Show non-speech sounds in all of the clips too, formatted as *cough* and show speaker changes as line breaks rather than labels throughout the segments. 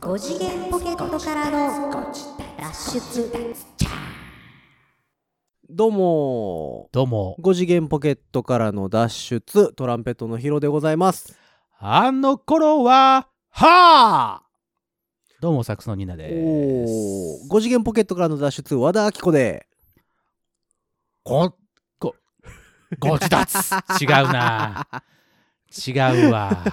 5次元ポケットからの脱出
どうも
どうも、
5次元ポケットからの脱出トランペットのヒロでございます、
あの頃は、はあどうも、サックスのニーナです。
おー5次元ポケットからの脱出和田アキ子で
ご、ご、ご自立違うな。違うわ。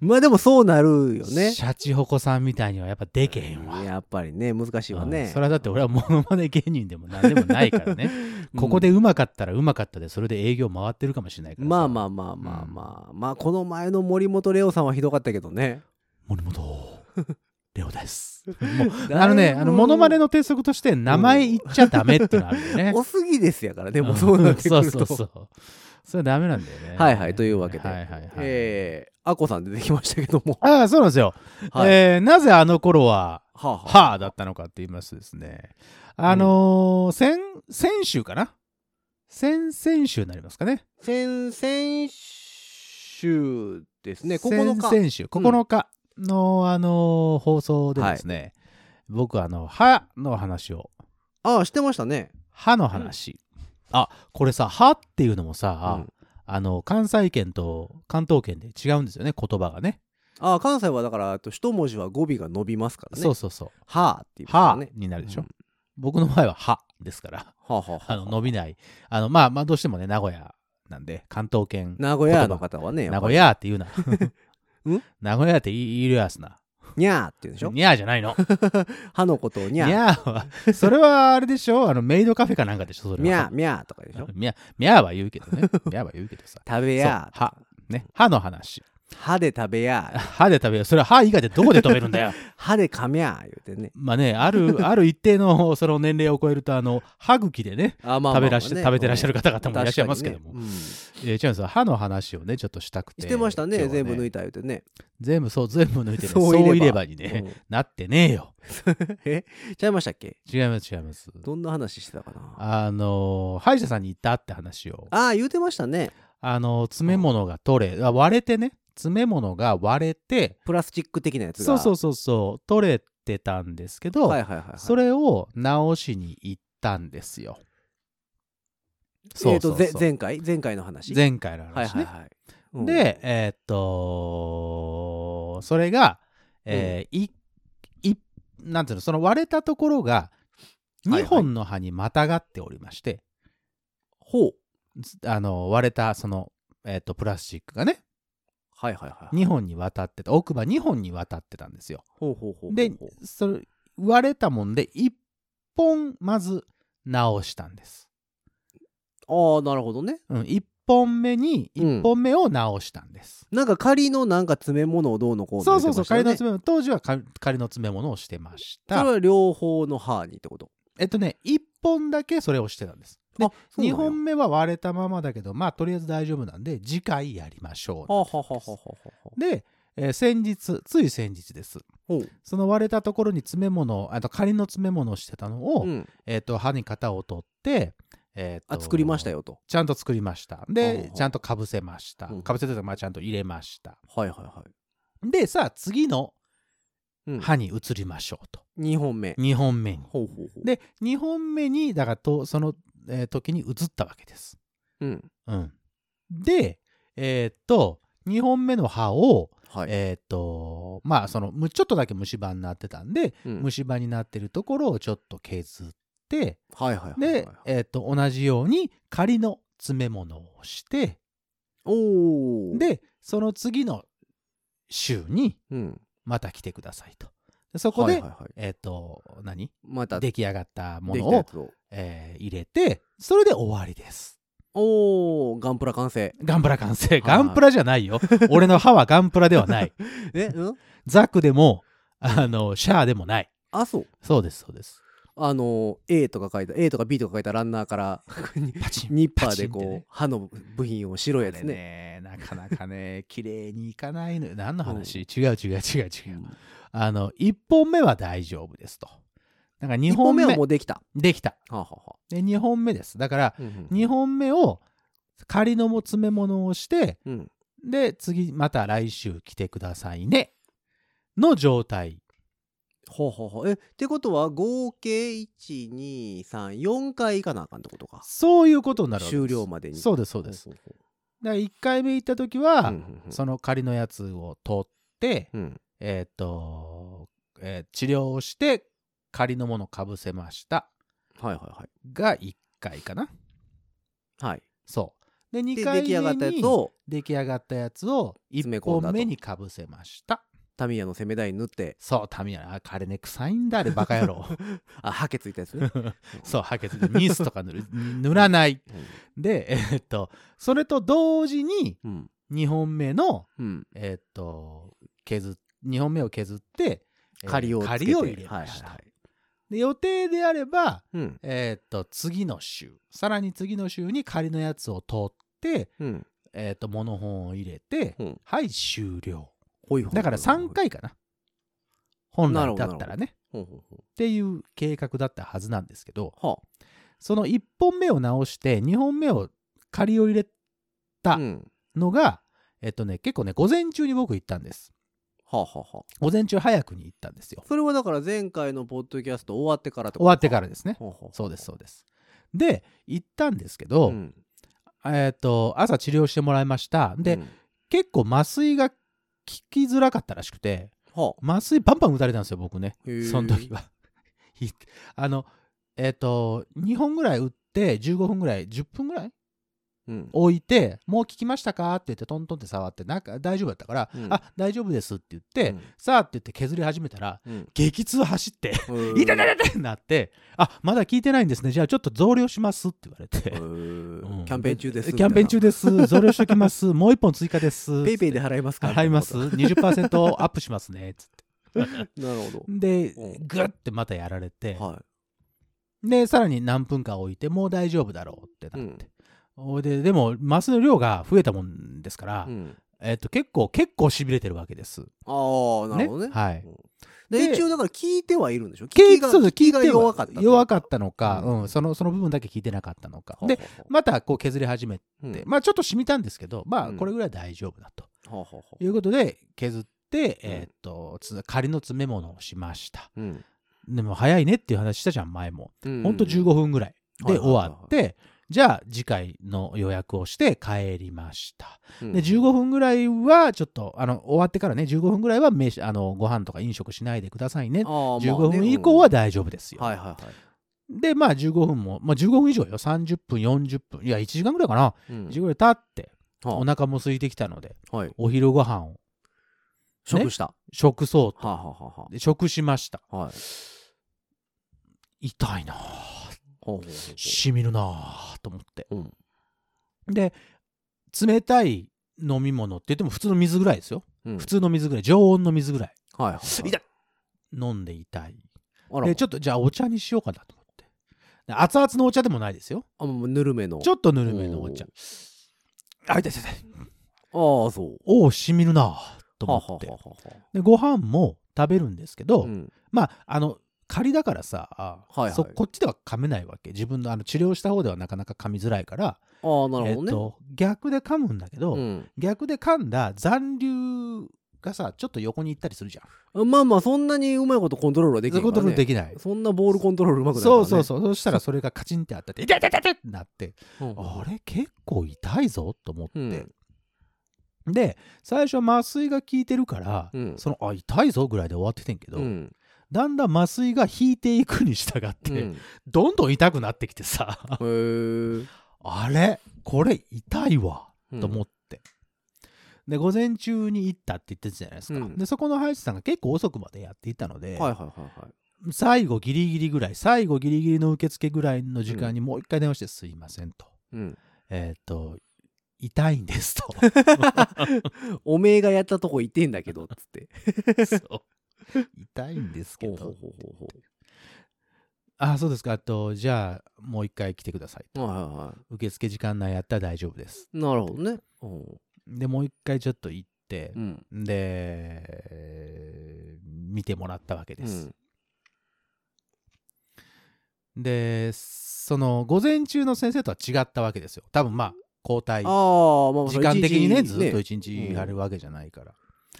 まあでもそうなるよね
シャチホコさんみたいにはやっぱでけへんわ。
やっぱりね難しいわ
うん
ね
それはだって俺はモノマネ芸人でも何でもないか
*laughs*
らね
うん
ここでうまかったらうまかったでそれで営業回ってるかもしれないから
まあま
あ
あまあまあまあ、まあこの前の森本レオさんはひどかったけどね
森本レオ
*laughs*
ですもうあのねあのモノマネ
の
の鉄則として名前言っちゃダメってのあるよね
おすぎですやからねもう
あ
そうなってくると
*laughs* そうそうそうそれダメなんだよね
はいはいというわけで、
はいはいはい、
えー、アッコさん出てきましたけども
ああそうなんですよ、
はい、
えーなぜあの頃は
はあはあ
はあだったのかって言いますとですねあのー先先週かな先々週になりますかね
先々週ですね
先
9日
々週9日の、あのー放送でですね、僕あの歯の話を
ああしてましたね
歯の話、あこれさ歯っていうのもさ、
うん
あの関西圏と関東圏で違うんですよね言葉がね
ああ関西はだからあと一文字は語尾が伸びますからね
そうそうそう
はあっていう
歯
ね
になるでしょ、
うん
僕の場合は歯ですから
はあはあ
あ
は
の
あ
伸びないあのまあまあどうしてもね名古屋なんで関東圏
名古屋の方はねや
名
っぱ
古
り
屋って言う
*laughs*
な
ん
*laughs* 名古屋って言い言いるやすな
にゃーって言うんでしょ
にゃーじゃないの
*laughs* 歯のことをに
に
ゃー
ゃーはそれはあれでしょあのメイドカフェかなんかでしょそれは
にゃーにゃーとかでしょ
にゃにゃーは言うけど
*laughs*
ねにゃーは言うけどさ
食べや
そう歯ね歯の話
ー歯で食べや
歯で食べるそれは歯以外でどこで食べるんだよ
ー歯で噛みゃー言うてね
まあねあるある一定のその年齢を超えるとあの歯茎でね
あまあまあまあ
食べらし
ね
食べてらっしゃる方々
うん
もいらっしゃいますけど
確
も
か、にねうん
えー、違うんですよ歯の話をねちょっとしたくて
してましたね
今日は
全部抜いた言うてね
全部そう全部抜いてね
そ
そうう
いれば
いればにね、
うん
なってねえよ
えちゃいましたっけ
違います違います
どんな話してたかな
あのー歯医者さんに行ったって話をあ
ああ言うてましたね
のー詰め物が取れあ割れてね詰め物が割れて
プラスチック的なやつが
そうそうそうそう取れてたんですけど、
はいはいはいはい
それを直しに行ったんですよ
え
そ
っ
うそ
と
うそう、
ぜ前回前回の話
前回の話ね、
はいはいはいうん
で、えーっと、それが、えーい、い、なんていうの、その割れたところが、
いはい
2本の歯にまたがっておりまして、
ほう
つあの、割れた、その、えーっと、プラスチックがね、
はいはいはい
2本に渡ってた、奥歯2本に渡ってたんですよ。
ほうほうほうほう
で、それ、割れたもんで、1本、まず、直したんです。
ああなるほどね
うん、1本目に、
うん
1本目を直したんです。
なんか仮のなんか詰め物をどうのこうの
そうそうそう、仮の
言ってま
詰め物、当時は仮仮の詰め物をしてまし
したよね
た
それ。は両方の歯にってこと
えっとね、1本だけそれをしてたんです。で
あそうなんや
2本目は割れたままだけど、まあ、とりあえず大丈夫なんで、次回やりましょ
はあはあはあはあはあは
う。で、えー先日、つい先日です。
ほう
その割れたところに詰め物を、あと仮の詰め物をしてたのを、
うん
えっ、と、歯に型を取って、えー
あ
と
作りました。よと
ちゃんと作りました。
ほうほ
で
う、
ちゃんとかぶせました
ほうほう。
かぶせてたまあちゃんと入れました。
はいはいは
で、さあ、次の
いうん
歯に移りましょうと。
二本目
2本目に。
ほうほうほう
で、2本目に、だからと、その、えー時に移ったわけです。
うん
うん、で、えーっと、2本目の歯を、
はい
えーっと、まあ、その、むちょっとだけ虫歯になってたんで、
うん
虫歯になってるところをちょっと削って、
はいはいはいはい
で、えーっと、同じように仮の詰め物をして、
おお
で、その次の週に
うん
また来てくださいと。でそこで、
はいはいはい
えーっと、何
またで
出来上がったも
き
の
たや
を、
つを
えー入れて、それで終わりです。
おおガンプラ完成
ガンプラ完成。
い
ガンプラじゃな
*laughs*
いよ。俺の歯はガンプラではない。
えうん
ザクでも、あの、シャアでもない。
あそう
そうです、そうです。
あの A とか書いた A とか B とか書いたランナー
*laughs*
から
パチン。
ニッパーで
パチン
こ
って
う
ね
歯の部品を白いやつね。
ね。なかなかね、 *laughs* 綺麗にいかないのよ。何の話、違う違う違う違う。あの、1本目は大丈夫ですと。だから2
2
本
本
目
目はもうできた。
できた。
はあはあは
で、2本目です。だから
あ、うんうん
2本目を仮のも詰め物をして、
うん
で、次また来週来てくださいね。の状態
ほうほうほうえってことは合計1234回行かなあかんってことか
そういうことになるわけです
終了までに
そうですそうです
ほうほう
だから1回目行った時
ほう
は、
うんうんうん
その仮のやつを取って、
うん
えーっと、えー治療をして仮のものかぶせました
はいはいはい
が1回かな
はい
そうで
で
2
出
回
来上がった
目
やつ
に
を
出来上がったやつを
詰め
1
込んだと
本目にかぶせました
タミヤの攻め台に塗って
そうタミヤああれね臭いんだあれバカ野郎
あハケついたやつ
*laughs*
ね
そうハケツでニスとか塗る *laughs* 塗らないでえーっとそれと同時に
うんうん
2本目の
うん
えーっと削っ2本目を削って、えー
仮をつけて
仮を入れました、
はいはいはい
で予定であれば、
うん
えーっと次の週さらに次の週に仮のやつを取って、
うん
えーっとモ本を入れて、
うん
はい終了
ほいほい
だから3回かな本
なる
来
ほど
だったらね
ほうほうほ
っていう計画だったはずなんですけど
うは
その1本目を直して2本目を仮を入れ
あ
た
うん
のが、えーっとね結構ね午前中に僕行ったんです
はあはあはあ
午前中早くに行ったんですよ
それはだから前回のポッドキャスト終わってからってこと
終わってからですね。
ほうほうほ
そうですそうです。で行ったんですけど、
うん
えっ、と朝治療してもらいました。で、
うん
結構麻酔が効きづらかったらしくて
はあ
麻酔バンバン打たれたんですよ僕ね
へー
*laughs* その時は。ひあのえっ、と2本ぐらい打って15分ぐらい10分ぐらい
うん
置いて「もう効きましたか?」って言ってトントンって触ってなんか大丈夫だったから「
うん
あ大丈夫です」って言って
う
「
ん
さあ」って言って削り始めたら
うん
激痛走って
うー
痛い痛い痛いってなって、あまだ聞いてないんですね、じゃあちょっと増量しますって言われて、
う
うんん
キャンペーン中です
キャンペーン中
み
です、増量しときます、もう一本追加です、
たいなペイペイで払いますか
払います、20%アップしますね、つ
*laughs*
って。
なるほ
で
う、ん
ぐってまたやられて
ど、は
で、さらに何分か置いて、もう大丈夫だろうってなって。おいででも、マスの量が増えたもんですから、
いうん
えっと結構、結構しびれてるわけです。
ああなるほどね
はい
で
で
一応だから聞いてはいるんでしょ聞
聞
き
い
が
そうそう
聞きが
聞いては
弱かったという
弱かったのか、
うん
うん、そのその部分だけ聞いてなかったのか。
は
で
あはあはあ
またこう削り始めて、
うん
まあちょっと染みたんですけどま
う
あ
ん
これぐらいは大丈夫だと
はあはあはあ
いうことで削って、えーっとつ仮の詰め物をしました
うん
でも早いねっていう話したじゃん前も
うん
ほんと15分ぐらいで
はいはいはい
終わってじゃあ次回の予約をして帰りました
うん
で15分ぐらいはちょっとあの終わってからね15分ぐらいは飯あのご飯とか飲食しないでくださいね
あーまあ
15
ね
分以降は大丈夫です
うん
よ、
はいはいは
でまあ15分も、まあ、15分以上よ30分40分いや1時間ぐらいかない
うん
10ぐらい経って
は
お腹も空いてきたので
あはい
お昼ご飯を
食した
食そう
はあはあはあは
で食しました
あはい
痛いなあ
ほうほうほう
しみるなあと思って
うん
で冷たい飲み物って言っても普通の水ぐらいですよ、
うん
普通の水ぐらい常温の水ぐらい
はいはいはい
痛い飲んで痛い
あら
でちょっとじゃあお茶にしようかなと思ってで熱々のお茶でもないですよ
あもうぬるめの
ちょっとぬるめのお茶
お
あ痛い痛い痛い
ああそう
おおしみるなあと
はあ
思
は
って
あはあはあ
でご飯も食べるんですけど、
うん
まああの仮だからさ、あ
はいはい
そこっちでは噛めないわけ自分のあの治療した方ではなかなか噛みづらいから、
ああな
え
るほ
っ
どね
と、逆で噛むんだけど、
うん
逆で噛んだ残留がさちょっと横に行ったりするじゃん
まあまあそんなにうまいことコントロールはでき
そう
ないいうか
こ
ら
と
ね
できない、
そんなボールコントロールうまくないからね
そうそうそうそしたらそれがカチンって当たって「痛い痛い痛い痛い!」ってなって
うん
あれ結構痛いぞと思って、
うん
で最初は麻酔が効いてるから、
うん
そのあ痛いぞぐらいで終わっててんけど、
うん
だんだん麻酔が引いていくに従って、
うん
どんどん痛くなってきてさ
へー
あれこれ痛いわ
うん
と思って、で午前中に行ったって言ってたじゃないですか、
うん
でそこの歯医者さんが結構遅くまでやっていたので、
はいはいはいはい
最後ギリギリぐらい最後ギリギリの受付ぐらいの時間にもう一回電話して「すいません」と
うん
「えっ、と痛いんです」
*laughs*
と
おめえがやったとこいてんだけどっつって
そう痛いんですけ
ほう
ど
ほうほうほうほ
あそうですかあとじゃあもう一回来てくださいと
うはいはいは
受付時間内やったら大丈夫です
いなるほどねうん
でもう一回ちょっと行って
う、ん
で見てもらったわけ
う
です、
ん
でその午前中の先生とは違ったわけですよ多分まあ交代
ああまあ
時間的にね
一
ず
日
っと
ね
一日やるわけじゃないから、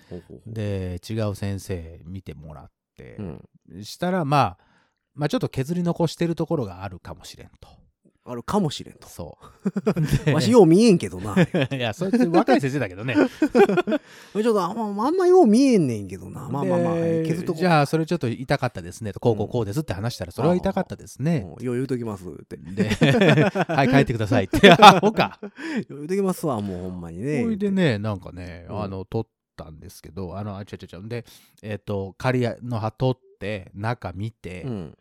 ほうほうほう
で違う先生見てもらっって
う、ん。
したら、まあ、まあ、ちょっと削り残してるところがあるかもしれんと。
あるかもしれんと。
そう。
*laughs* わしよう見えんけどな。ち
*laughs* いや、そいつ若い先生だけどね。
ょっとあんまあんまよう見えんねんけど *laughs* な。まあまあまあ、
で
削っとこ
じゃあ、それちょっと痛かったですねと、こうこうこうですって話したら、それは痛かったです
う。
ね。
よう言うときますって。
で、はい、 *laughs* 帰ってください
*laughs*
って。あ、ほか。
よう言うときますわ、もうほんまにね。
ほいでね、なんかね、
うん
あの、撮ったんですけど、あの、あ、ちゃちゃちゃ。で、えっ、と、仮の葉撮って、中見て、
うん。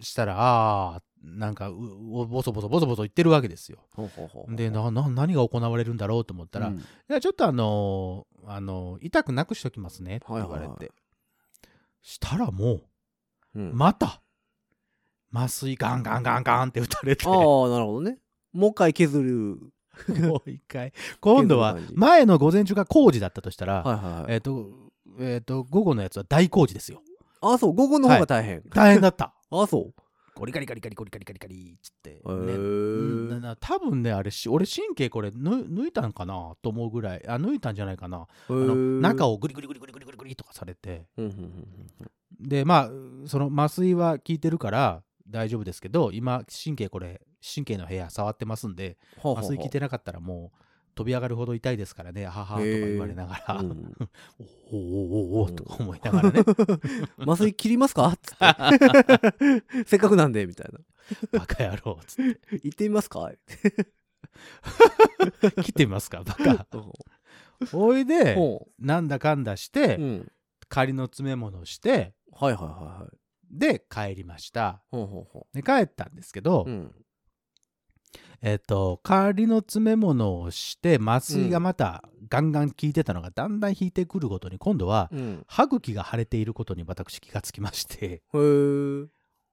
したら、ああ、なんかう、うボソボソボソボソ言ってるわけですよ。
ほうほうほうほう
で、な、な、何が行われるんだろうと思ったら、
う
い
ん
や、ちょっとあのーあのー痛くなくしときますねって言われて。
はいはいはい
したらも
う
う、
ん
また、麻酔ガンガンガンガンって打たれて、
ああ、
*laughs* も
なるほどね。もう一回削る。
う一回。今度は
削る感、じ
前の午前中が工事だったとしたら、
はいはいはい。
えっ、と、えっ、と、午後のやつは大工事ですよ。
ああ、そう、午後の方が大変。
大変だった。
ああ、そう。
*laughs* ゴリガリガリガリゴリガリガリガリっつって、ね
へー
うんなな多分ねあれし俺神経これ抜抜いたんかなと思うぐらいあ抜いたんじゃないかな
あ
あの中
を。
をグリグリグリグリグリグリグリとかされて
うんうんうん
でまあその麻酔は効いてるから大丈夫ですけど今神経これ神経の部屋触ってますんで
ほうほうほう
麻酔効いてなかったらもう飛び上がるほど痛いですからねはははとか言われながら、
うん
*laughs* おおおおおおとか思いながら
*laughs*
ね
麻酔切りますかっつ
*laughs*
って。せっかくなんで、みたいな。
バカ野郎つっ
行ってみますかって
*laughs* て切ってみますかバカ
ほ
おいで
う
なんだかんだして、
うん。
仮の詰め物をして
はいはいはいはい。
で帰りました
ほうほうほ
で帰ったんですけど、
う。うん。
えっ、と仮の詰め物をして麻酔がまたガンガン効いてたのがだんだん引いてくるごとに今度は
うん。
歯茎が腫れていることに私気がつきまし
へ
て
ー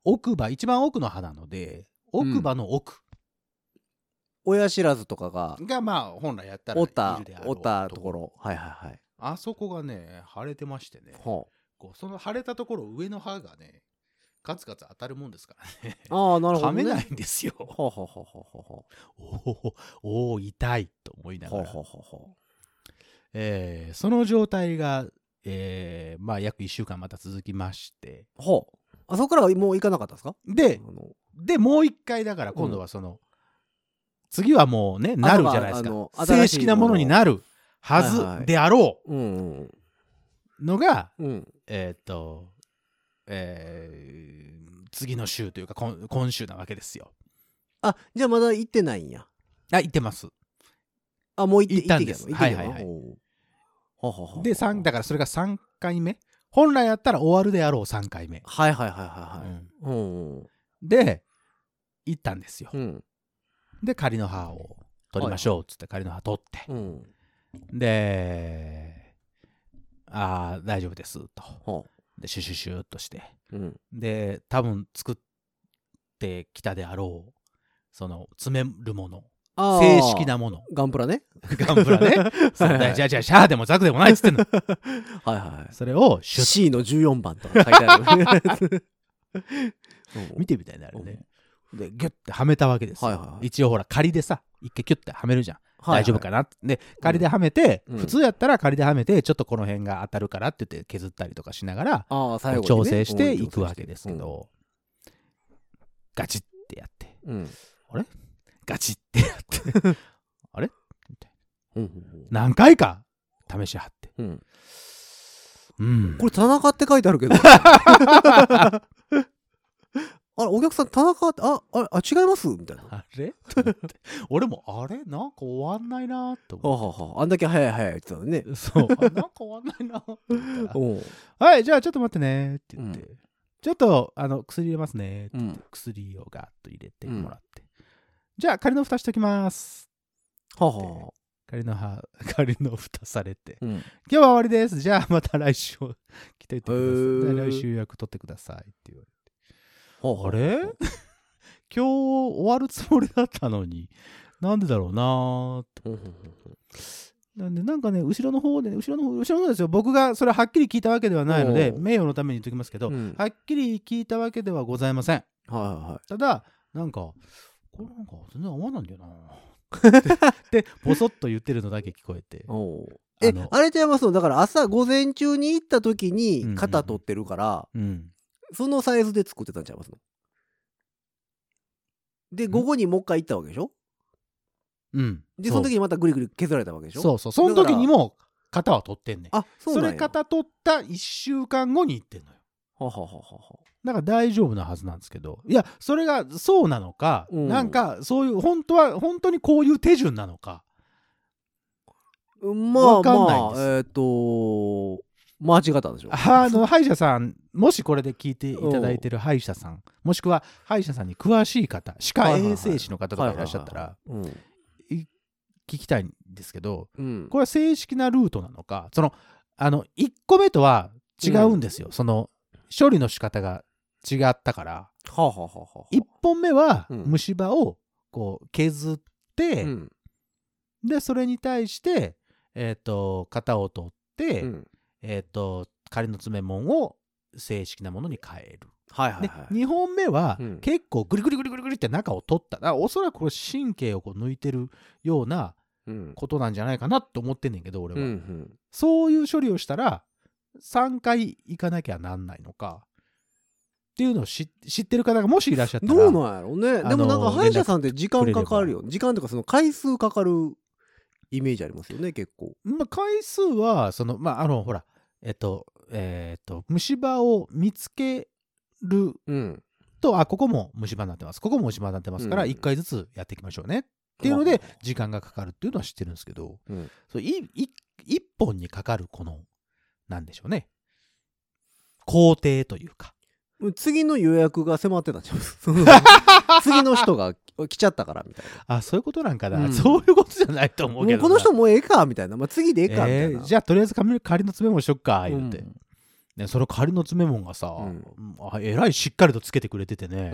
奥歯一番奥の歯なので奥歯の奥
親知らずとかが、
がまあ本来やったら
折った
いるであ、ろう
折ったところ。はいはいはい。
あそこがね腫れてましてね
ほ
こうその腫れたところ上の歯がねガツガツ当たるもんですからね
う。ああ、なるほ
噛
ど、ね。
めないんですよ
ほうほうほうほうほうほ。
*laughs* おおおー痛いと思いうな
ほ
が
う
ら、
ほうほうほ
えーその状態が、えーまあ、約1週間また続きまして
う。ほう。あそこからはもう行かなかったですかあ
で
の
でもう一回だから今度はその、次はもうねなるじゃないです
あ
か
のあの
正式なものになるは
はいは
ず
い
であろ
うんうん
うのが、
うん。うん。
えーっと、えー次の週というか今今週なわけですよ。
あ、じゃあまだ行ってないんや。
あ行ってます。
あ、もう行って
行ったんです
行ってきたの
はいはいはい
行ってきたのほうほうほうほう
で三だからそれが3回目本来やったら終わるであろう3回目。
はいはいはいはいは
う
い。
ん
うんうん。
で行ったんですよ、
うん。
で仮の歯を取りましょうっつって仮の歯取って、
うん。
でああ大丈夫ですと
ほ
でシュシュシュっとして
う。うん。
で多分作ってきたであろうその詰めるもの
あー
正式。なもの
ガンプラね。
ガン
*laughs*
プラねそんなじゃあじゃあシャーでもザクでもないっつってんの
はいは
それを
い。
シュッ
C の14番とか書いてあ
*laughs*
る。
見てみたいになるねでギュッてはめたわけですよ、
はいはいはい
一応ほら仮でさ一回キュッてはめるじゃん大丈夫か
な
なって、で仮ではめて、
うん
普通やったら仮ではめてちょっとこの辺が当たるからって言って削ったりとかしながら、
ああ、最後にね。
調整して
うん
いくわけですけ。ど、ガチッてやって
うんうん。
ガチッてやってあれ
うんうん
何回か試しはって
うんうん
うん
これ、田中って書いてあ
*laughs*
るけど。あれ、お客さん、田中って、あ、あれ、あ違いますみたいな。は
あれと思って俺もあれなんか終わんないなと
あ
思
はあはあ、あんだけ早い早いって言ってたのにね
っ。てそうあなんか終わんないなと思ったら
おう
*laughs* はいじゃあちょっと待ってねって言って、
う
ちょっとあの薬入れますねって言って、
う
薬をガーッと入れてもらって、じゃあ仮の蓋しときます
はあはあ。
仮の歯 *laughs* 仮の蓋されて
うん
今日は終わりですじゃあまた来週来ていてくだ
へ
さい
ー
で来週予約取ってくださいって言われて
はは
あれ *laughs* 今日終わるつもりだったのになんでだろうなーっ
う
て
んうんうん
なんでなんかね後ろの方でね後ろの方後ろの方ですよ僕がそれはっきり聞いたわけではないので
おう
名誉のために言っときますけど、
うん
はっきり聞いたわけではございません
はいはいはい。
ただなんかこれなんか全然合わないんだよな
*laughs*
でボソッと言ってるのだけ聞こえて
おうえ
あの
あれちゃいますのだから朝午前中に行った時
うんうん
に肩取ってるから、
うん
そのサイズで作ってたんちゃいますので
ん
午後にもう一回行ったわけでしょ
うん
でその時にまたぐりぐり削られたわけでしょ
そうそうその時にも型は取ってんねん
あそう
そ
なんや
れ型取った1週間後に行ってんのよ
ははははは
だから大丈夫なはずなんですけどいやそれがそうなのか、
うん
なんかそういう本当は本当にこういう手順なのか
ま
わ
あ
かんない
ま
んです
あえっ、と間違ったんでしょ
あの歯医者さんもしこれで聞いていただいてる歯医者さんもしくは歯医者さんに詳しい方歯科衛生士の方とかいらっしゃったら
はいはいはい
聞きたいんですけど
うんうん
これは正式なルートなのかそのあの1個目とは違うんですよ、その処理の仕方が違ったから
はあはあはあはあ
1本目は
うん
虫歯をこう削って、
うん
でそれに対して、えー、と型を取って、
うん
えー、と仮の詰め物を正式なものに変える。
はいはい
で
はい
2本目は
うん
結構グリグリグリグリグリって中を取っただからおそらくこれ神経をこう抜いてるような
うん
ことなんじゃないかなって思ってんねんけど俺
う
は、
んうん
そういう処理をしたら3回行かなきゃなんないのかっていうのを知知ってる方がもしいらっしゃったら
どうなんやろうね
あの
でもなんか歯医者さんって時間かかるよ時間とかその回数かかるイメージありますよね結構
まあ、回数はそのまああのほらえっとえっと虫歯を見つける
うん
とあここも虫歯になってますここも虫歯になってますから
うん
1回ずつやっていきましょうねっていうので時間がかかるっていうのは知ってるんですけど、
うん
そういい一本にかかるこのなんでしょうね工程というか
次の予約が迫ってたん *laughs*
*laughs*
ちゃうその次の人が来ちゃったからみたい
あそういうことなんかな、
うん
そういうことじゃないと思
な
う
も
け
う
ど
この人もうええかみたいな、まあ、次でええ
え
かみたいな、
ーじゃあとりあえず紙仮の詰め物しよっか
う
言
ん
って、ね、その仮の詰め物がさ、
うん
あえらいしっかりとつけてくれててね、
へ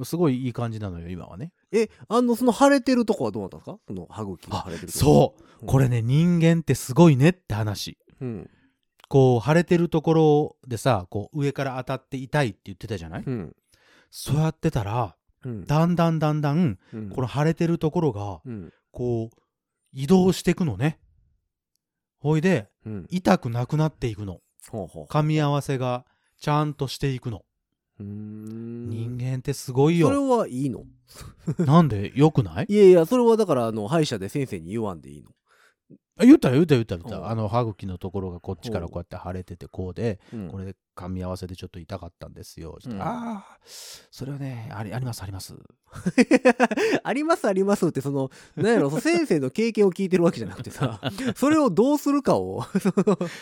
え
すごいいい感じなのよ今はね
えあのその腫れてるとこはどうなったんですかその歯茎が腫れてるとこ
そう
うん
これね人間ってすごいねって話
うん
こう腫れてるところでさこう上から当たって痛いって言ってたじゃない、
うん
そうやってたら
うん
だんだんだんだん
うん
この腫れてるところが
うん
こう移動してくのねほいで
うん
痛くなくなっていくの
ほうほう
噛み合わせがちゃんとしていくの
うーん
人間ってすごい
それ
よ
はいいの
*laughs* なんでよくない
いやいやそれはだからあの歯医者で先生に言わんでいいの
あ言ったよ言ったよ言ったよ言っ
う
た
ん
あの歯茎のところがこっちからこうやって腫れててこうで
うん
これで噛み合わせでちょっと痛かったんですよ、
うん
ああそれはねありありますあります
ありますありますってその何やろその先生の経験を聞いてるわけじゃなくて
*laughs*
さそれをどうするかを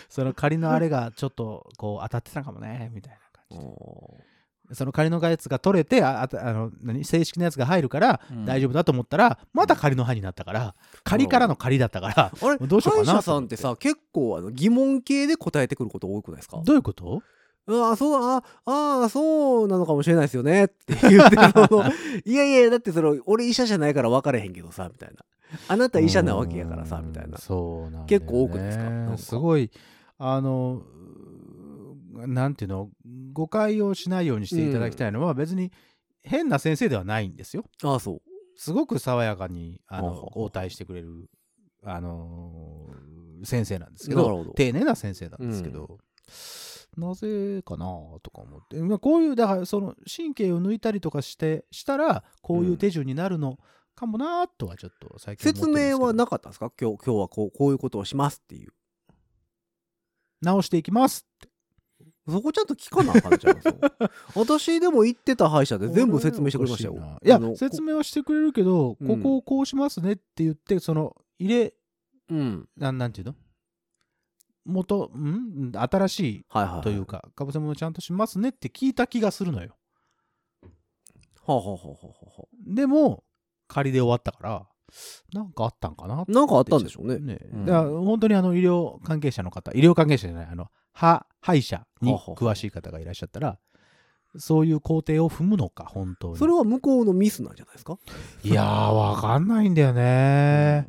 その仮のあれがちょっとこう当たってたかもねみたいな感じでその仮のやつが取れてああたあの何正式なやつが入るから
うん
大丈夫だと思ったら、また仮の歯になったから仮からの仮だったから、
あれ
どうしようかな
歯医者さんってさ結構あの疑問系で答えてくること多くないですか
どういうこと
ああそうあああそうなのかもしれないですよねって言ってそのいやいやだってその俺医者じゃないから分かれへんけどさみたいなあなた医者なわけやからさ
うん
みたいな
そうなんだよね
結構多くないですかなんか
すごいあのうーなんていうの誤解をしないようにしていただきたいのは、別に変な先生ではないんですよ
ああそ
すごく爽やかにあ
ほうほう
の
ほう
応対してくれるあのー先生なんですけ
なる
ど
ほど
丁寧な先生なんですけど、なぜかなとか思ってまあこういうだからその神経を抜いたりとかしてしたらこういう手順になるのかもなとはちょっと最
う
近思って
説
るんですけど
明はなかったんですか今日今日はこうこういうことをしますっていう
直していきます
そこちゃんと聞かなあかんじゃん *laughs* そう私でも行ってた歯医者で全部説明してくれましたよ
これはおかしいない
あ
や
の
説明はしてくれるけど、
うん
ここをこうしますねって言ってその入れ
うん
なんなんていうの元ん新しい
はいはいはい
というかかぶせ物ちゃんとしますねって聞いた気がするのよ
はあ、はあはあはあは
でも仮で終わったからなんかあったんかな
あ、なんかあったんでしょうね
ね、
うん
だから本当にあの医療関係者の方医療関係者じゃないあの歯歯医者に詳しい方がいらっしゃったらそういう工程を踏むのか本当に
それは向こうのミスなんじゃないですか
いやー、わかんないんだよね。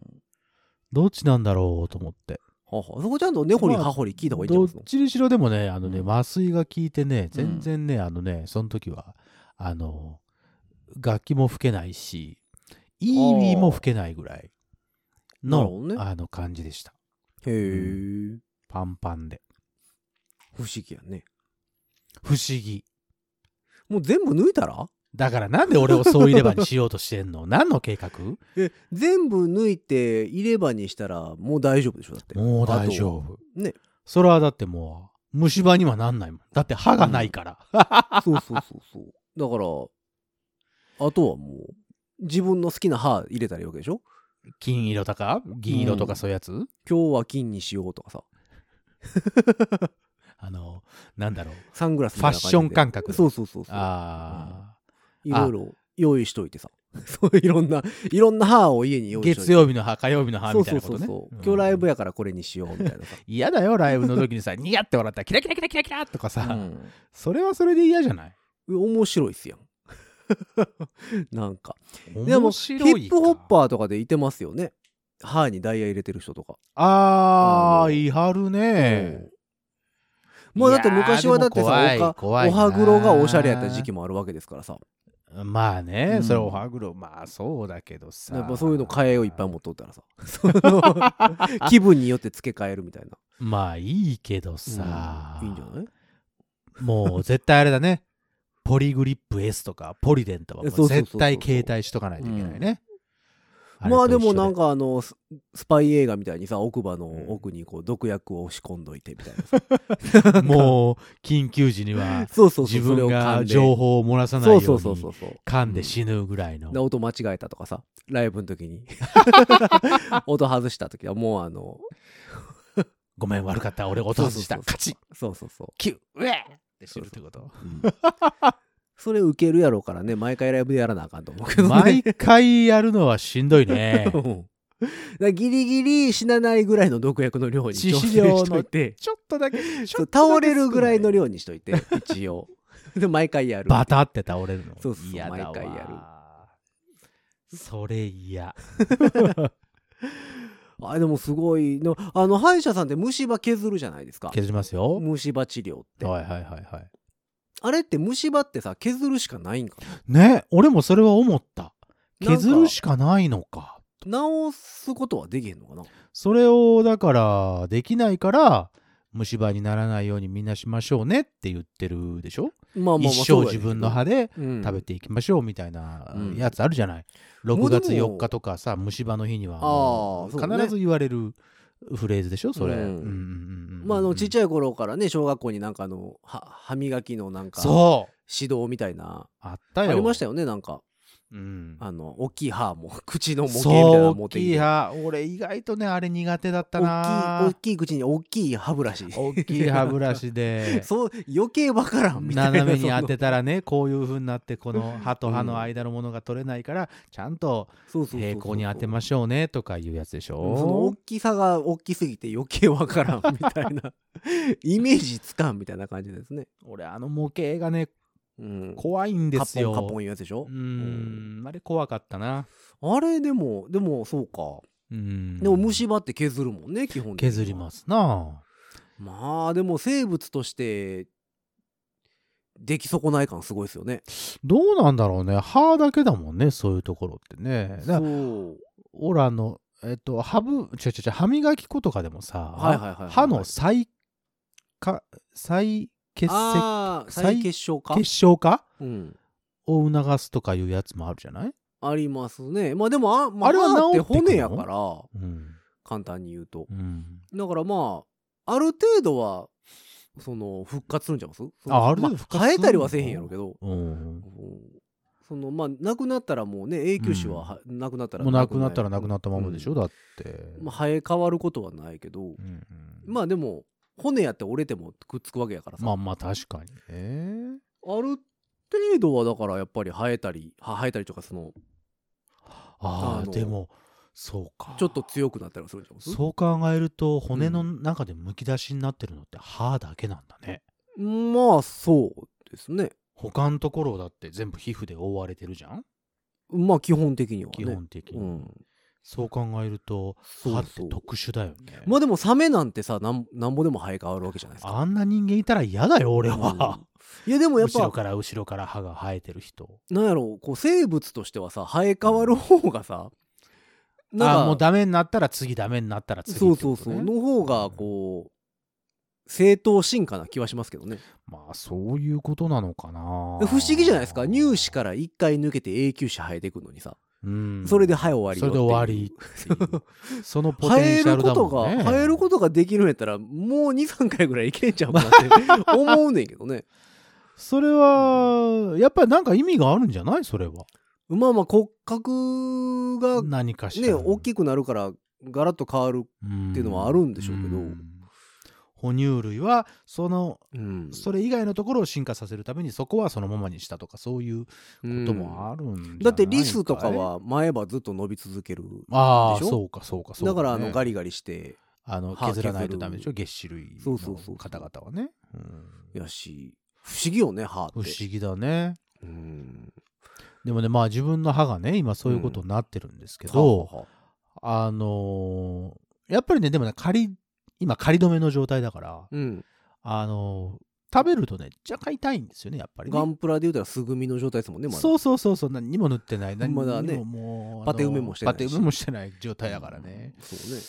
どっちなんだろうと思って。
はあはあそこちゃんと根掘り
まあ
葉掘り聞いた方がいいんじゃな
ど
い
っ
ですか
ちにしろでもね、あのね、
うん
麻酔が効いてね、
うん
全然ね、あのね、その時は、あの、楽器も吹けないし、イービーも吹けないぐらい
なるほ
の、
どね
あの感じでした。
へえ。
パンパンで。
不思議やね。
不思議。
もう全部抜いたら
だからなんで俺をそういればにしようとしてんの *laughs* 何の計画
え、全部抜いて入れ歯にしたらもう大丈夫でしょだって。
もう大丈夫。
夫。ね。
それはだってもう、虫歯にはなんないもん。だって歯がないから。
そうそうそうそう。だから、あとはもう、自分の好きな歯入れたらいいわけでしょ
金色とか銀色とかそういうやつ、
今日は金にしようとかさ、
あの、なんだろう。
サングラスみ
ファ
たいな感
ッ
じで
ション感覚。
そうそうそうそう。
あ
いろいろ用意しといてさ。 *laughs* そういろんな、いろんな歯を家に
あ。
用意しといて。
月曜日の歯、火曜日の歯
そう
みたい
そう
なこ
そ
と
うそ
ね
う。。
うん
今日ライブやからこれにしようみたいなさ。
*laughs* 嫌だよ、ライブの時にさ、 *laughs* ニヤって笑ったらキラキラキラキラキラとかさ、それはそれで嫌じゃない
うん面白いっすやん。なん *laughs* か。でも、
面
ヒ
白いか
ップホッパーとかでいてますよね。歯にダイヤ入れてる人とか。
あ
あの
ー、いはるね。
もうだって昔はだって
いや
さ
ーでも怖
おか
い怖い
お
な
歯黒がおしゃれやった時期もあるわけですからさ
まあね、
うん
それお歯黒、まあそうだけどさ。
やっぱそういうの替えをいっぱい持っとったらさ *laughs* その気分によって付け替えるみたいな
まあいいけどさ、
うんいいんじゃない
もう絶対あれだね。ポリグリップ S とかポリデントはも
そううそうそうそう
絶対携帯しとかないといけないね。れ
まあ
と
で
一
も
緒
なんかあのススパイ映画みたいにさ奥歯の奥にこう毒薬を押し込んどいてみたいなさ
もう緊急時には
そうそうそ
自
うそれ
分
を
が
噛んで
情報を漏らさない
そ
よう
う
に
そうそうそうそう
噛んで死ぬぐらいの。
で音間違えたとかさライブの時
*laughs*
に音外した時はもうあの
ごめん悪かった俺落とした
そうそうそうそう
勝ち
そうそうそう
キュうえって死ぬってこと。
それ受けるやろうからね毎回ライブでやらなあかんと思うけどね。
毎回やるのはしんどいね
*laughs* うんだからギリギリ死なないぐらいの毒薬の量に
致
調整
死量の
しといて
ちょっとだけ
そう倒れるぐらいの量にしといて一
*laughs*
応で毎回やる
バタって倒れるの
そうそうそう
嫌だわ
毎回や
るそれ嫌
あでもすごいのあの歯医者さんって虫歯削るじゃないですか
削りますよ
虫歯治療って
はいはいはいはい
あれって虫歯ってさ削るしかないんか
ね俺もそれは思った
ななんか
削るしかないのか
治すことはできへんのかな
それをだからできないから虫歯にならないようにみんなしましょうねって言ってるでしょ、
まあまあまあ
一
そう
生
やねん
自
けど
分の歯で
うん
食べていきましょうみたいな
うん
やつあるじゃない、
も
6
うでも
月4日とかさ虫歯の日には
あーそうね
必ず言われるフレーズでしょそれ、
うん
うんうんうんうん
まああのちっちゃい頃からね小学校になんかあの歯歯磨きのなんか
そう
指導みたいな
あった
あ
よ。
りましたよねなんか
うん。
あの大きい歯も *laughs* 口の模型みたいな
そう
の持
大
って
き
き
い
て
歯俺意外とねあれ苦手だった
大きい大
な
きい口に大きい歯ブラシ
大きい歯ブラシ
*laughs*
で
そう余計わからんみたいな
斜めに当
その
てたらねこういう風になってこの歯と歯の間のものが取れないからちゃんと
そうそうそうそう
平行に当てましょうねとかいうやつでし
その大
ょ
きさが大きすぎて余計わからんみたい *laughs* なイメージつかんみたいな感じですね、
俺あの模型がね
うん、
怖いんですよ
カッポンカッポンいうやつでしょ
う、んあれ怖かったな
あれでもでもそうか
うん
でも虫歯って削るもんね基本的には
削りますな
まあでも生物として出来損ない感すごいですよね
どうなんだろうね歯だけだもんねそういうところってねだから
そう
オラの、えっと、歯ぶ、ちょちょちょ、歯磨き粉とかでもさ、
はいはいはいはいはい
歯の再、か、再結石、
ああ
再
再結晶化
結晶化
うん、
を促すとかいうやつもあるじゃない
ありますねまあでもあ,、まあ、
あれは
歯って
治ってくの
骨やから
うん。
簡単に言うと
うん。
だからまあある程度はその復活するんちゃいますその
あある程度
ま
復活
生
する
えたりはせえへんやろうけど、
うん。
うんそのまあなくなったらもうね永久歯はは、なくなったら
もうなくなったらなくなったまま
うん
でしょ、だって。
まあ、生え変わることはないけど
うんうん
まあでも骨やって折れてもくっつくわけやからさ、
まあまあ、確かにね。
ある程度はだからやっぱり生えたりは生えたりとかその
あ
あ
あ、
の
でも、そうか。
ちょっと強くなったりはするんちゃいます
そう考えると、骨の中でむき出しになってるのって歯だけなんだね。
まあそうですね
他のところだって全部皮膚で覆われてるじゃん
まあ基本的にはね
基本的に、
うん、
そう考えると
そう
歯
そう
って特殊だよね
まあでもサメなんてさなんなんぼでも生え変わるわけじゃないですか
あんな人間いたら嫌だよ俺は、
いやでもやっ
後ろ
ぱ
から後ろから歯が生えてる人
なんやろうこう生物としてはさ生え変わる方がさなんか
あもうダメになったら次ダメになったら次って
そ
こ
う
と
そ
ね
うそうの方がこう正当進化な気はしますけどね
まあそういうことなのかな
不思議じゃないですか乳歯から1回抜けて永久歯生えてくのにさ
うん
それで歯終わり
そ
よ
れ
って
で
いう
終わりっていうその
*laughs*
ポ
生
テン
え
シャ
る
ル
こ
だ
と
もん
が、
ね
生えることができるんやったらもう23回ぐらいいけんちゃうかな
*laughs*
って思うねんけどね
それはやっぱりなんか意味があるんじゃないそれは
まあまあ骨格がね
何かしら
大きくなるからガラッと変わる、
って
いうのはあるんでしょうけど
哺乳類はその
うん、
それ以外のところを進化させるためにそこはそのままにしたとかそういうこ
こと
もあるんじゃないかい
だってリスとかは前歯ずっと伸び続ける
ああ
でしょ
そうかそうかそう
だからあ
ね
のガリガリして
あの
歯
削らないと
削る
ダメでしょ月歯類
そうそうそうそ
の
う
方々はねうん
やし不思議よね歯って
不思議だね
うん
でもねまあ自分の歯がね今そういうことになってるんですけど、
はあはあ
あのーやっぱりねでもね仮今仮止めの状態だから
うん
あのー食べるとね若干痛いんですよねやっぱりね
ガンプラで言うたら素組みの状態ですもんねまだ
そうそうそうそう何にも塗ってない何にも
まだね
もう
パテ埋めもしてないし
パテ埋めもしてない状態だからね、
そうね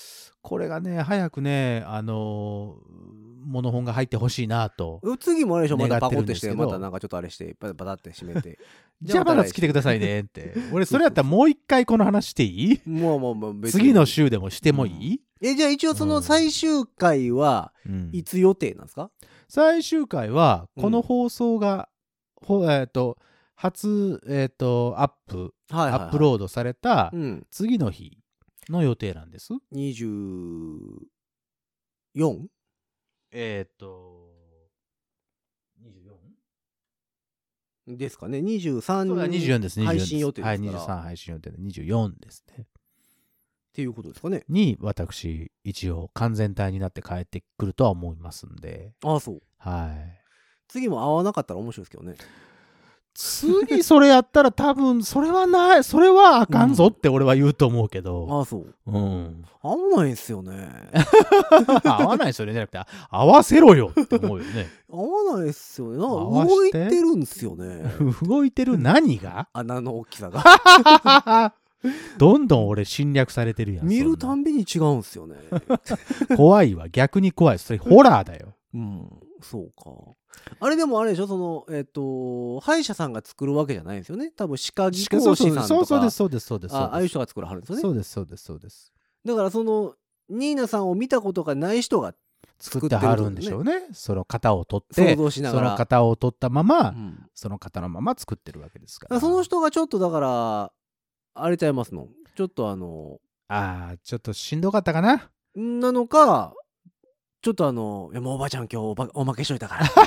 これがね早くねあのーモノ本が入ってほしいなと
次もあれでしょまた
願
パ
って
コっ
るん
て
で
し
すけ
て
ど
またなんかちょっとあれしてバタバタって閉めて
じゃあまた来てくださいねって俺それやったらもう一回この話していい
*laughs* もうもうもう別に
次の週でもしてもいい、
えじゃあ一応その最終回は
うん
いつ予定なんですか
最終回は
うん
この放送が、ほえっ、と初えっ、とアップ
は
ア
いはいはい
ップロードされた
うん
次の日の予定なんです、
24?
えっ、と 24?
ですかね23
そうだ24です24で
配
す
信予定ですから
はい23配信予定で24ですね
っていうことですかね
に私一応完全体になって帰ってくるとは思いますんで
ああそう
はい
次も合わなかったら面白いですけどね
次それやったら多分それはないそれはあかんぞって俺は言うと思うけど、
ああそう
うん、
合わないんすよ
*laughs*
ね
合わないそれじゃなくて合わせろよって思うよね
合わないっすよね
合
なん
わ
か
せ
動い
て
てるんすよ
*laughs*
ね
動いてる何が
穴の大きさが
*laughs* どんどん俺侵略されてるやん
見る
そ
た
ん
んびに違うんすよ *laughs* ね
な怖いわ逆に怖いそれホラーだよ
うんそうかあれでもあれでしょそのえっ、と歯医者さんが作るわけじゃないんですよね多分歯科技
そ
工
うそ
士
う
さん
そ
と
うそうで
か
すそうですそうです
あああいう人が作らはるんですよね
そうですそうですそうです
だからそのニーナさんを見たことがない人が
作ってはるんでしょうねその型を取って
想像しな
そ
が
の
ら、
型を取ったまま、
うんだ
その型のまま作ってるわけですか
かららその人がちょっとだからあれちゃいますのちょっとあの
ああちょっとしんどかったかな
なのかちょっとあの「いやもうおばあちゃん今日おばおまけしといた
*laughs*
からみた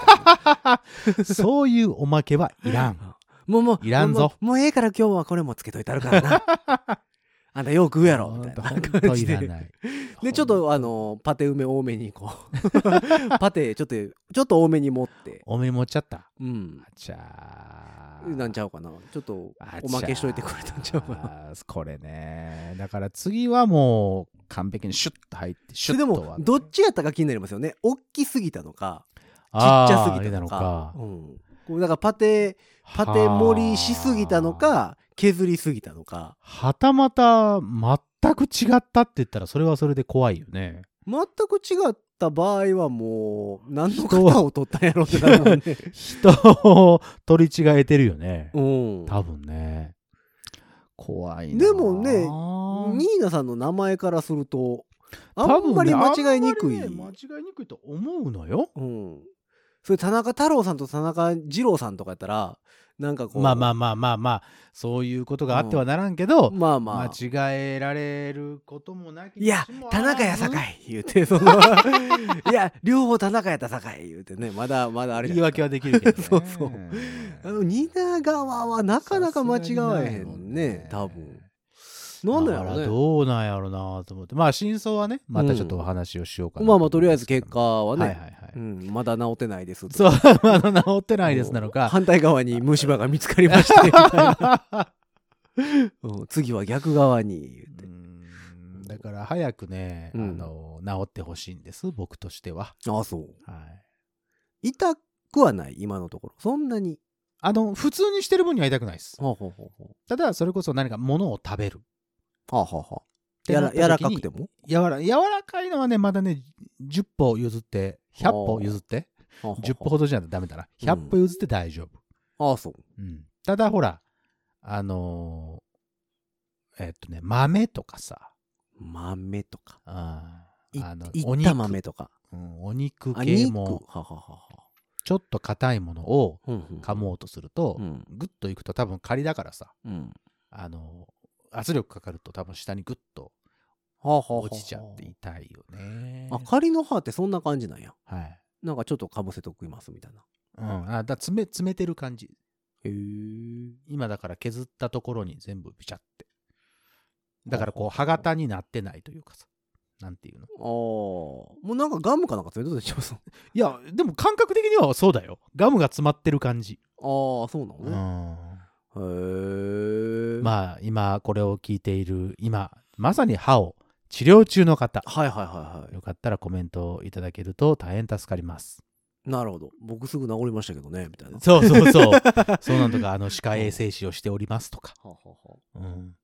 いな
そういうおまけはいらん
もうもう
いらんぞ
もうもうええから今日はこれもつけといたるからな
*laughs*
あんたよく食うやろ」みたい
ほ
な
んとほん
感
と
じ
いら
で。
ない
でちょっとあのパテ埋め多めにこう *laughs* パテちょっとちょっと多めに持って
おめもっちゃった
うん
あちゃー
なんちゃうかなちょっとお
あちゃー
まけしといてくれたんちゃうかな
これねだから次はもう完璧にシュッと入ってシ
そ
ュ
れ
ッ
で
と
もどっちやったか気になりますよね大きすぎたのかちっち
あー
ゃ
あ
すぎ
れ
た
な
の
の
か
か
うん、こうだからパテパテ盛りしすぎたの
はあ
か削りすぎたのか
はたまた全く違ったって言ったらそれはそれで怖いよね
全く違った場合はもう何の型を取ったんやろってなるもんね、
人を取り違えてるよね
うん、
多分ね怖いな
でもねニ
ね
ーナさんの名前からするとあんまり間違いにくい、
間違いにくいと思うのよ
うん、それ田中太郎さんと田中二郎さんとかやったらなんかこう
まあま
あ
あまあまあまあそういうことがあってはならんけど、
まあまあ
間違えられることもなき
いや
にしも、あ
田
らず
中やさかい言うて、
*laughs*
その、いや、両方田中やったさかい言うてね、まだまだあれ
言い訳
は。
はできるけど、
*laughs*
ね、
そうそうあの、蜷川はなかなか間違わへんね、多分。なんだ
だから
ろうね。
どうなんやろうなと思ってまあ真相はねまたちょっとお話をしようかな、
まあまあ、とりあえず結果は
はいはい
ね、
はい、 *laughs*
うん、まだ治ってないですと。
そうあの治ってないですなのか
反対側に虫歯が見つかりまして、みたいなうん次は逆側に言う
う
て。
んだから早くね、
うん
あの治ってほしいんです僕としては、
ああ、そう。
は
痛くはない、今のところ。そんなに。
あの、普通にしてる分には痛くないです。
ほうほうほうほう。
ただ、それこそ何か物を食べる。
はあ、はあはあ、
て
や
な
ら
った時に
柔らかくても
柔ら柔らかいのはね、まだね、10歩譲って、100歩譲って、10歩ほどじゃダメだ
う
な。
ん
100歩譲って大丈夫。
ああ、そう。
うんただ、ほら、あのーえっとね、豆とかさ、
豆とか。
あ
い
ーあのお
いった
肉、
豆とか。
うんお肉
あ、
系
は
も、
はははは。
ちょっと硬いものを
うんうん
噛もうとすると
う、ん。
グッといくと多分仮だからさ、
うん。
あのー圧力かかると多分下にグッと
はあ、はあはあはあ
落ちちゃって痛いよね。
あ、仮の歯ってそんな感じなんや。
はい。
なんかちょっとかぶせときますみたいな。
うん、あだ詰め詰めてる感じ
へえ。
今だから削ったところに全部ビチャってだからこう歯型になってないというかさなんていうの
ああ。もうなんかガムかなんかそれどうでしょう
*laughs*
その
いやでも感覚的にはそうだよガムが詰まってる感じ
ああ、そう
う
なの、
ん
へえ。あ。
まあ今これを聞いている今まさに歯を治療中の方
はいはいはいは
よかったらコメントをいただけると大変助かりま
い。
す
なるほど。僕すぐ治りましたけどね、みたいな。
そうそうそう *laughs* そうなんとかあの歯科衛生士をしておりますとか
はあはあはあ
うん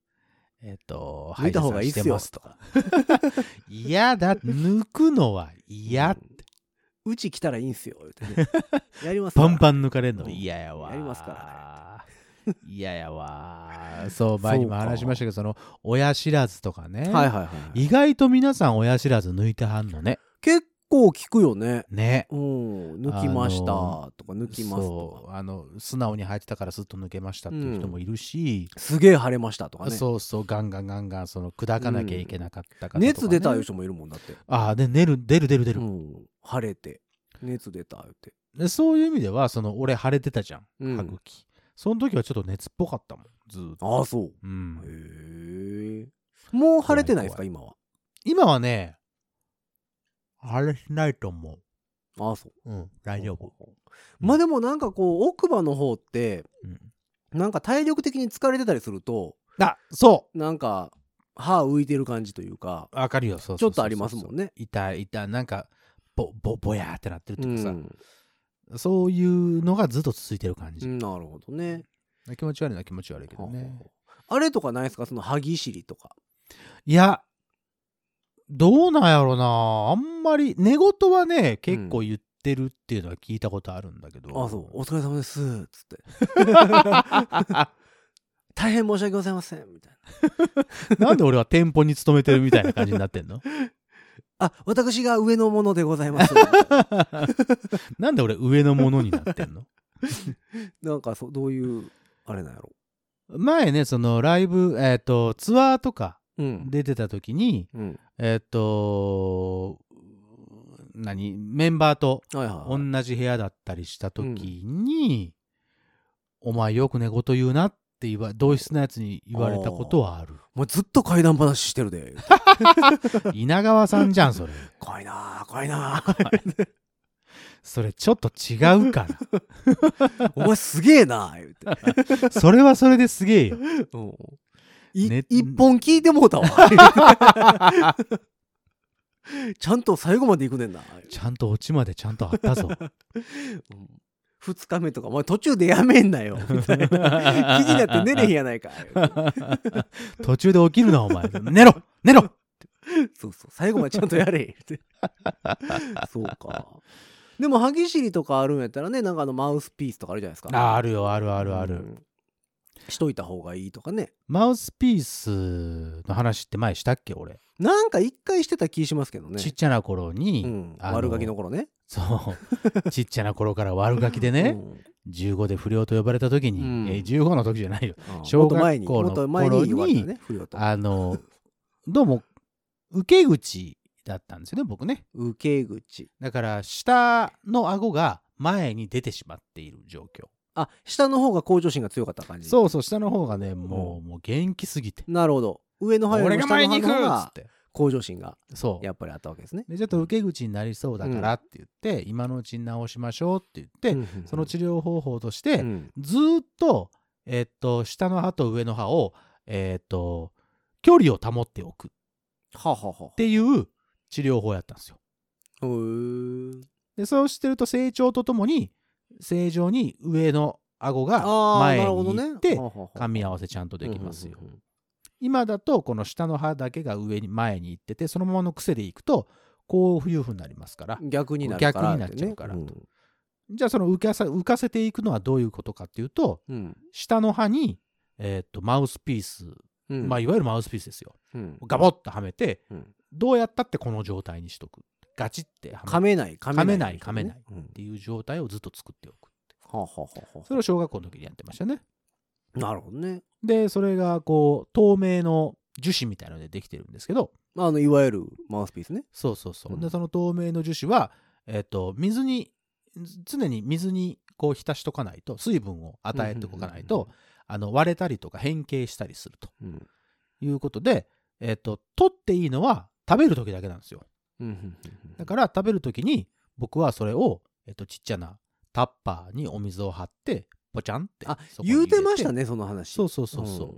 えっ、と、
*laughs* 抜いた方がいいっすよ
歯医者さんしてますとか。嫌だ、抜くのは
う
嫌。
んうち来たらいいんすよ言うて
*laughs*
ねやります
バンバン抜かれる
う
の
ん
嫌やわ。。
やりますから
嫌やわ。そう、前にも話しましたけど、その、親知らずとか
は
ね。
いはいはい
意外と皆さん親知らず抜いてはんのね。
結構聞くよね
ね。
うん抜きました
あの
とか抜きますと
そう
か
あの素直に生えてたからすっと抜けましたっていう人もいるし、
すげえ腫れましたとかね
そうそうガンガンガンガンその砕かなきゃいけなかったから、
熱出たいう人もいるもんだって
ああで出る出る出る出る、
うん腫れて熱出た言うて
でそういう意味ではその俺腫れてたじゃん
うん
歯茎、その時はちょっと熱っぽかったもんずーっと、
ああそう
う
へ
ん、
えもう腫れてないですか今は
今はね腫れしないと思
ああそう
う、うん、大丈夫、
まあでもなんかこう奥歯の方って
うん、
なんか体力的に疲れてたりすると
あそ
なんか歯浮いてる感じというか
うわかるよそうそうそ
ちょ
う
っとありますもんね
痛い痛いなんかぼぼぼやーってなってると
う
かさ、
ん
そういうのがずっと続いてる感じ、
なるほどね。
気持ち悪いな気持ち悪いけどね
あれとかないですかその歯ぎしりとか。
いやどうなんやろなあんまり寝言はね結構言ってるっていうのは聞いたことあるんだけど、
あそう。お疲れ様です。つって。大変申し訳ございません。みたいな。
*laughs* なんで俺は店舗に勤めてるみたいな感じになってんの *laughs*
あ私が上のものでございます。みたいな
なんで俺上のものになってんの
なんかそうどういうあれなんやろ。
前ねそのライブえっ、とツアーとか
うん。
出てた時に
うん。
えっ、と何メンバーと
はいはいはい、
同じ部屋だったりした時に「お前よく寝言言うな」って言わ同室のやつに言われたことは *laughs* ある
もうずっと怪談話してるで。
稲川さんじゃんそれ
怖いなあ怖いなあ
*laughs* それちょっと違うか
*laughs* お前すげえなあ言うて。
ら *laughs* それはそれですげえ
*laughs*
よ
うんい
ね
一本聞いてもうたわ。 *laughs* ちゃんと最後まで行くねんな。
ちゃんとオチまでちゃんとあった *laughs* ぞ
うん二日目とか、お前途中でやめんなよ、み *laughs* たいな。気になって寝れへんやないか。
途中で起きるなお前寝ろ寝ろ
そうそう、最後までちゃんとや
*laughs*
れ。ってそうか。でも、歯ぎしりとかあるんやったらね、なんかあの、マウスピースとかあるじゃないですか。
ああるよあるあるある、
うんしといた方がいいとかね。
マウスピースの話って前したっけ俺、
なんか一回してた気しますけどね。
ちっちゃな頃に、
うん、
あの
悪ガキの頃ね。
そ
*laughs*
うちっちゃな頃から悪ガキで
う
ね、
ん
15で不良と呼ばれた時に、
うん
えー15の時じゃないよ
うん
小学校の
もっと前にもっと前に言われたね、不良と。
あのどうも受け口だったんですよね僕ね
受け口。
だから下の顎が前に出てしまっている状況
あ、下の方が向上心が強かった感じ。
そうそう下の方がねもう,、もう元気すぎて
なるほど。上の
「
歯より
俺
も
が
下
前
の歯
に行
の
く!」
方
っつっ
が
て
向上心が
そう
やっぱりあったわけですね。
でちょっと受け口になりそうだからって言って、今のうちに直しましょうって言って、
うんうんうん
その治療方法とし
う
て、
ん
ずーっと,、えーっと下の歯と上の歯を、えーっと距離を保っておくっ
はあはあはあ
ていう治療法やったんですよ。
うーん
でそうしてると成長とともに正常に上の顎が
ああ、な
前に
るほどね
行って
はあはあは
噛
あ
み合わせちゃんとできますよ
うんうんうん
今だとこの下の歯だけが上に前に行っててそのままの癖でいくとこういうふうになりますから
うん逆になるから
逆になっちゃうから
うん
じゃあその浮かさ浮かせていくのはどういうことかっていうと
うん
下の歯に、えーっとマウスピース、
うん
まあ、いわゆるマウスピースですよ
うん
ガボッとはめて
うん
どうやったってこの状態にしとくガチってはめ
噛めない噛めない
噛めない
うん
っていう状態をずっと作っておく
はあはあはあは
それを小学校の時にやってましたね
あなるほどね
でそれがこう透明の樹脂みたいなのでできてるんですけど
まああのいわゆるマウスピースね
そうそうそう、
うん
でその透明の樹脂は、えっと水に常に水にこう浸しとかないと水分を与えておかないと、あの割れたりとか変形したりすると
うんうん
いうことで、えっと取っていいのは食べる時だけなんですよ
うんうんうん
だから食べる時に僕はそれを、えっとちっちゃなタッパーにお水を張ってポチャンって
あ
そこに
言
入
う
れ
てましたねその話
そうそうそうそ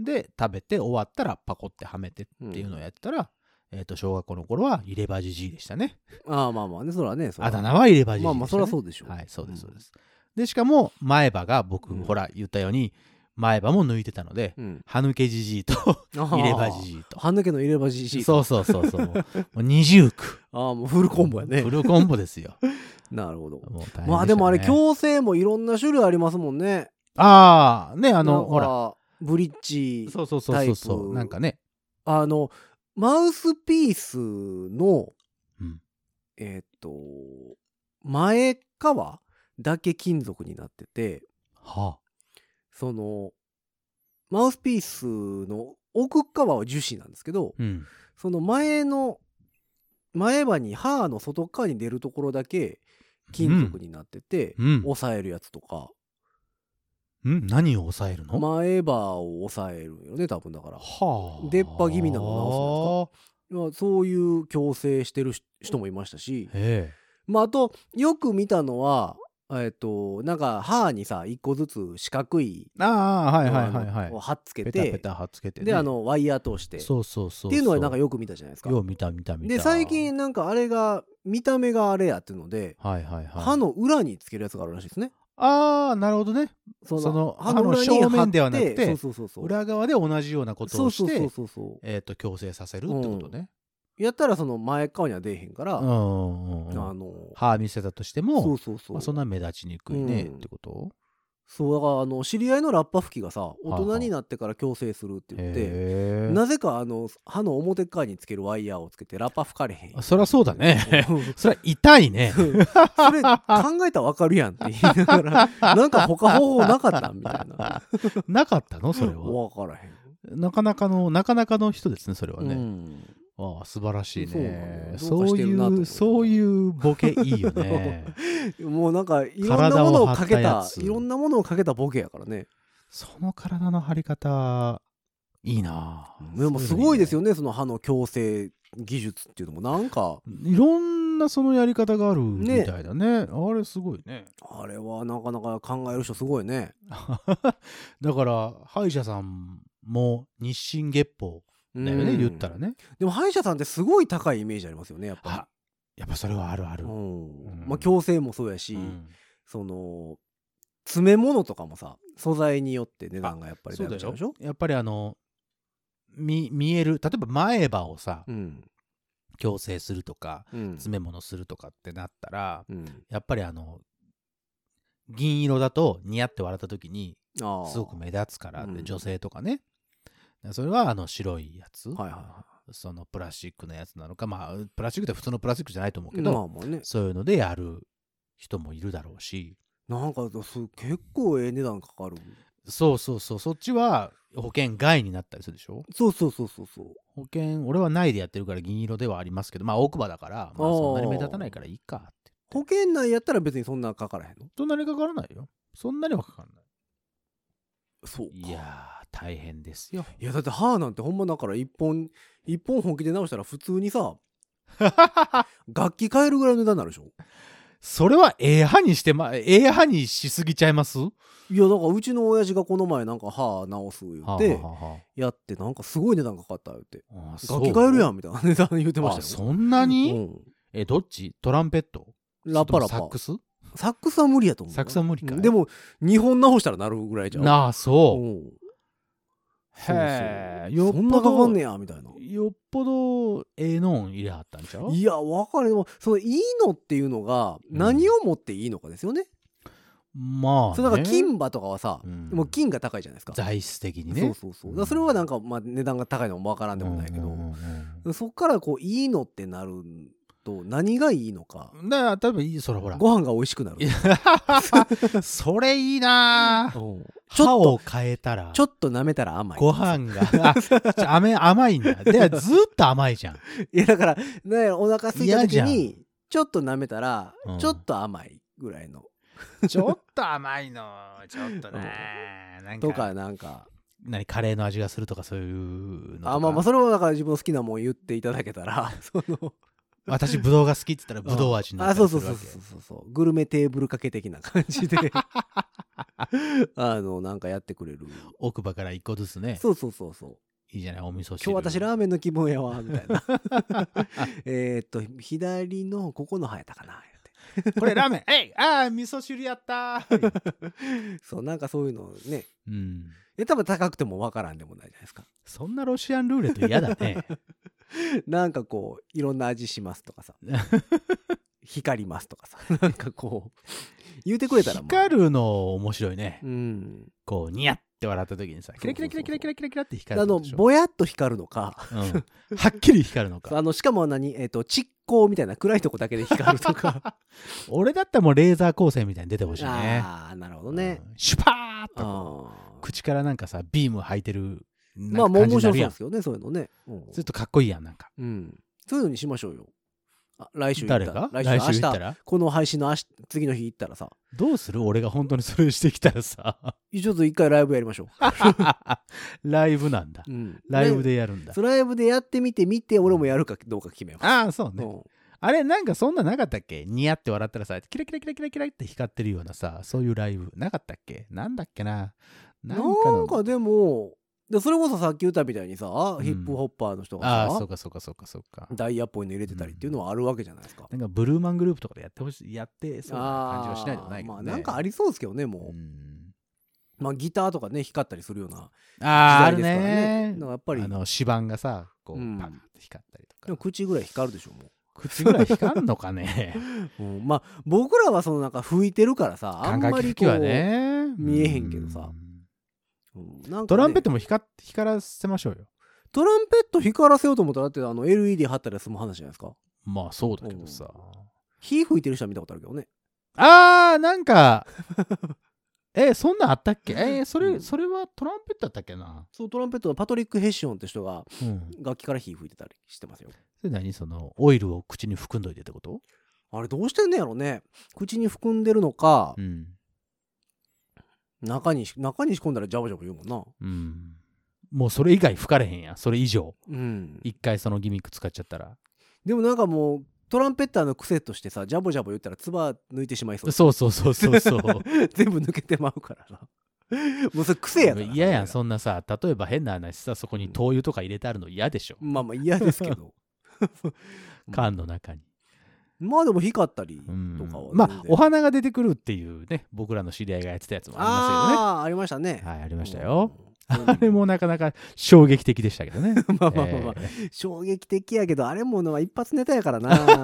う、で食べて終わったらパコってはめてっていうのをやってたら、えっと小学校の頃は入れ歯じじいでしたね
うんああまあまあねそらねそら
あだ名は入れ歯じじいでしたね
まあまあそらそうでしょ
はいそうですそうですす、でしかも前歯が僕、
うん
ほら言ったように前歯も抜いてたので、
うん
歯抜けじじい
*laughs*
と入れ歯じ
い
じいと
歯抜けの入れ歯じじい
そうそうそうそうもう二重苦
ああもうフルコンボやね
フルコンボですよ
なるほど
もう大変したね
まあでもあれ矯正もいろんな種類ありますもんね
ああねあ
あ
のほら
ブリッジ
そうそうそうそうそ
タイ
う
プ
なんかね、
あのマウスピースの
うん、
えーっと前側だけ金属になってて
は
そのマウスピースの奥側は樹脂なんですけど
あうん
その前の前歯に歯の外側に出るところだけ金属になってて、
うん、
押さえるやつとか
うん、何を抑えるの、
前歯を押さえるよね多分だから
はあ
出っ歯気味なのをまあそういう矯正してるし人もいましたし、
え
まあ、あとよく見たのはえっとなんか歯にさ一個ずつ四角い
えああはいはい
あ
はい
の
はい
こう貼っつけ
ペ
て
タペタ貼っつけて、ね、
であのワイヤー通して
そうそうそ
っ
うそう
ていうのはなんかよく見たじゃないですか
よう見た見た見た
で最近なんかあれが見た目があれやっていうので、
はいはいはい
歯の裏につけるやつがあるらしいですね
ああなるほどね
そ
その
裏に
歯の正面
貼って
ではなくて
そうそうそうそう
裏側で同じようなこと
そ
を
う
して
そうそうそうそ
えっ、と矯正させるってことね
うやったらその前側には出えへんから、あ
うんうんうんうん
の
歯見せたとしても
そうそうそう、
まあ、そんな目立ちにくいね、
うん
ってこと
そうだからあの知り合いのラッパ吹きがさ
い
大人になってから矯正するって言って、
へえ
なぜかあの歯の表側につけるワイヤーをつけてラッパ吹かれへん
あそりゃそうだね *laughs*
うん
そりゃ痛
*laughs*
いね
それ考えたらわかるやんって言いなが
*laughs*
らなんか他方法なかったみたいな
なかったのそれは
わからへん
なかなかのなかなかの人ですねそれは
う
ね、
ん
ああ素晴らしい
そうな
ね
の
そ
ど
う
うかして
い
るなと思
う
う
そういうボケいいよね
*laughs* もうなんかいろんなものをかけた
体を張ったやつ
いろんなものをかけたボケやからね
その体の張り方いいな
でもすごいです
よ
よねその歯の矯正技術っていうのもなんか
いろんなそのやり方があるみ
ね
たいだねあれすごいね *laughs*
あれはなかなか考える人すごいね
だから歯医者さんも日進月歩
だ
だよね、言ったらね
でも歯医者さんってすごい高いイメージありますよねやっぱ
あやっぱそれはあるあ
り
る、
う
うんうん
まあ矯正もそうやし、
ん
その詰め物とかもさ素材によって値段がやっぱり
そうだ
ちゃう
よ
でしょ
やっぱりあの見見える例えば前歯をさ
うん
矯正するとか
うん
詰め物するとかってなったら
うん
やっぱりあの銀色だとニヤって笑った時に
ああ
すごく目立つから
う
で
ん
女性とかねそれはあの白いやつ
はいはいは
そのプラスチックのやつなのかまあプラスチックって普通のプラスチックじゃないと思う
い
け
ま
ど
あまあね
そういうのでやる人もいるだろうし
なんかそう結構ええ値段かかる
そうそうそうそっちは保険外になったりするでしょ
そうそうそうそうそう
保険俺はないでやってるから銀色ではありますけどまあ奥歯だからまあ
あー
そんなに目立たないからいいかって
保険内やったら別にそんなかからへんの
そんなにかからないよそんなにはかからない
そう
いやー大変ですよ
いやだって歯なんてほんまだから一本一本本気で直したら普通に
*laughs*
さ楽器変えるぐらいの値段になるでしょ
それはええ歯にしてま、ええ歯にしすぎちゃいます
いやだからうちの親父がこの前なんか歯直す言
は
っ
あ
て
はあは
やってなんかすごい値段かかった言って
ああそう
楽器変えるやんみたいな値段言ってま
あ
したよ
そんなに、
うん
え、どっちトランペット
ラッパラ
それともサ
ッ
ックス
サックスは無理やと思うな
サックスは無理かい
でも2本直したらなるぐらいじゃん
なあ
う
そうん
そう
へえ
そう
よっ
そんなかか
ぽ
ん
ど
ねやみたいな
よっぽどええのん入れはったんちゃう
いや分かるでもそのいいのっていうのが
うん
何を持っていいのかですよね、
まあ、ね、
そうだから金歯とかはさ、
うん
もう金が高いじゃないですか
材質的に
そう
ね
そうそうだからそれはなんか、まあ、値段が高いのも分からんでもないけど、
うんうんうん
そっからこういいのってなると何がいいのか
うんだから多分いいそらほら
ご飯が美味しくなる
いやそれいいな
う
ぁ
んち
歯
ょっと
を変えたら
ちょっと舐めたら甘い
ご飯が *laughs* あちょ甘い甘いんだでずっと甘いじゃん
いやだからなんやろお腹空いた時
嫌じ
にちょっと舐めたら
うん
ちょっと甘いぐらいの
ちょっと甘いのちょっとねなんか
とかなんか
何カレーの味がするとかそういうのとか
あまあまあそれはだから自分の好きなもん言っていただけたら *laughs* その
私ブドウが好きって言ったらブドウ味にな
あ
った
そうそう
りするわ
そう
け
そうそうそうグルメテーブルかけ的な感じで *laughs* あのなんかやってくれる
奥歯から一個ずつね
そうそうそうそう
いいじゃないお味噌汁
今日私ラーメンの気分やわみたいな *laughs* えーっと左のここの歯やったかな
これラーメンえいああ味噌汁やったー
言うてそうなんかそういうのね
うん
え多分高くてもわからんでもないじゃないですか
そんなロシアンルーレット *laughs* 嫌だね
なんかこういろんな味しますとか
*laughs*
さ光りますとかさ *laughs* なんかこう言うてくれたらまあ
光るの面白いね
うん
こうニヤって笑った時にさキラキラキラキラキラキラキラって光
あ
る
の
でしょ
ぼやっと光るのか
うんはっきり光る
*laughs*
のか
あのしかも何えっ、と窒光みたいな暗いとこだけで光ると
*laughs*
か
俺だったらもうレーザー光線みたいに出てほしいね
ああなるほどね、
うんシュパーっとこ
あ
う
ー
口からなんかさビーム吐いてる
ま
な
あ
ん
も
か
う
感じ
面白そう
になる
で
やん
すよねそういうのね、うん
ずっとかっこいいやんなんか
うん。そういうのにしましょうよ。あ来週行った
誰が
来
来
週
週行
明
った
日
ら
この配信の明日次の日行ったらさ、
どうする俺が本当にそれしてきたらさ
*laughs* ちょっと一回ライブやりましょ
ライブなんだ
う。うん
ライブ。でやるんだ
そうライブでやってみて、見て、俺もやるかどうか決めよう。
ああそうね
うん
あれなんかそんななかったっけニヤって笑ったらさキラキラキラキラキラって光ってるようなさそういうライブなかったっけなんだっけななんか
な
の
んかでも、でそれこそさっき言ったみたいにさ、
ん
ヒップホッパーの人
あ
が
あそ
さ、
うかそうかそうかそうか
ダイヤっぽいの入れてたりっていうのはあるわけじゃないですか。
なんかブルーマングループとかでやってほしいやってそうな感じはしないでもないけど、ね、
あーまあなんかありそうですけどね、もう。
うん
まあギターとかね、光ったりするような
あーあ
時代
る
ですからね。
ね
だからやっぱり
あ、の指板がさこう
うん
パンって光ったり
で
と
も
か、
口ぐらい光るでしょ、もう。
口ぐらい光んのかね
*laughs* うん、まあ僕らはそのなんか吹いてるからさあん
管
ま
楽
り
器
こう、
はね
見えへんけどさ
うん
うんなんかね
トランペットも光っ光らせましょうよ
トランペット光らせようと思ったらだってあの LED 貼ったら済む話じゃないですか
まあそうだけどさ
火吹いてる人は見たことあるけどね
あーな
*laughs*
んかえそんなんあったっけえーそ
うん
れそれはトランペットだったっけな、
そうトランペットのパトリック・ヘッシオンって人が
うん、
楽器から火吹いてたりしてますよ
それ何そのオイルを口に含んどいてってこと
あれどうしてんねやろね口に含んでるのか、
うん
中に中に仕込んだらジャバジャバ言うもんな
うんもうそれ以外吹かれへんやんそれ以上
うん
一回そのギミック使っちゃったら
でもなんかもうトランペッターの癖としてさジャボジャボ言ったら唾抜いてしまい *laughs* そう
そうそうそうそうそう
全部抜けてまうからなもうそれ *laughs* 癖やからな
嫌やんそんなさ例えば変な話さそこに灯油とか入れてあるの嫌でしょ、
まあまあ嫌ですけど。
缶の中に、
まあでも光ったりと
うん
かは。
まあお花が出てくるっていうね僕らの知り合いがやってたやつもあ
ああー、ありました
りますよ
ね。
ねはいあり
あ
ましたよ、。あ
あ
れ。もなかなか衝撃的でしたけどね。
まあまあまあまあ、
えー。
衝撃的やけど、あれものは一発ネタやからな
まあ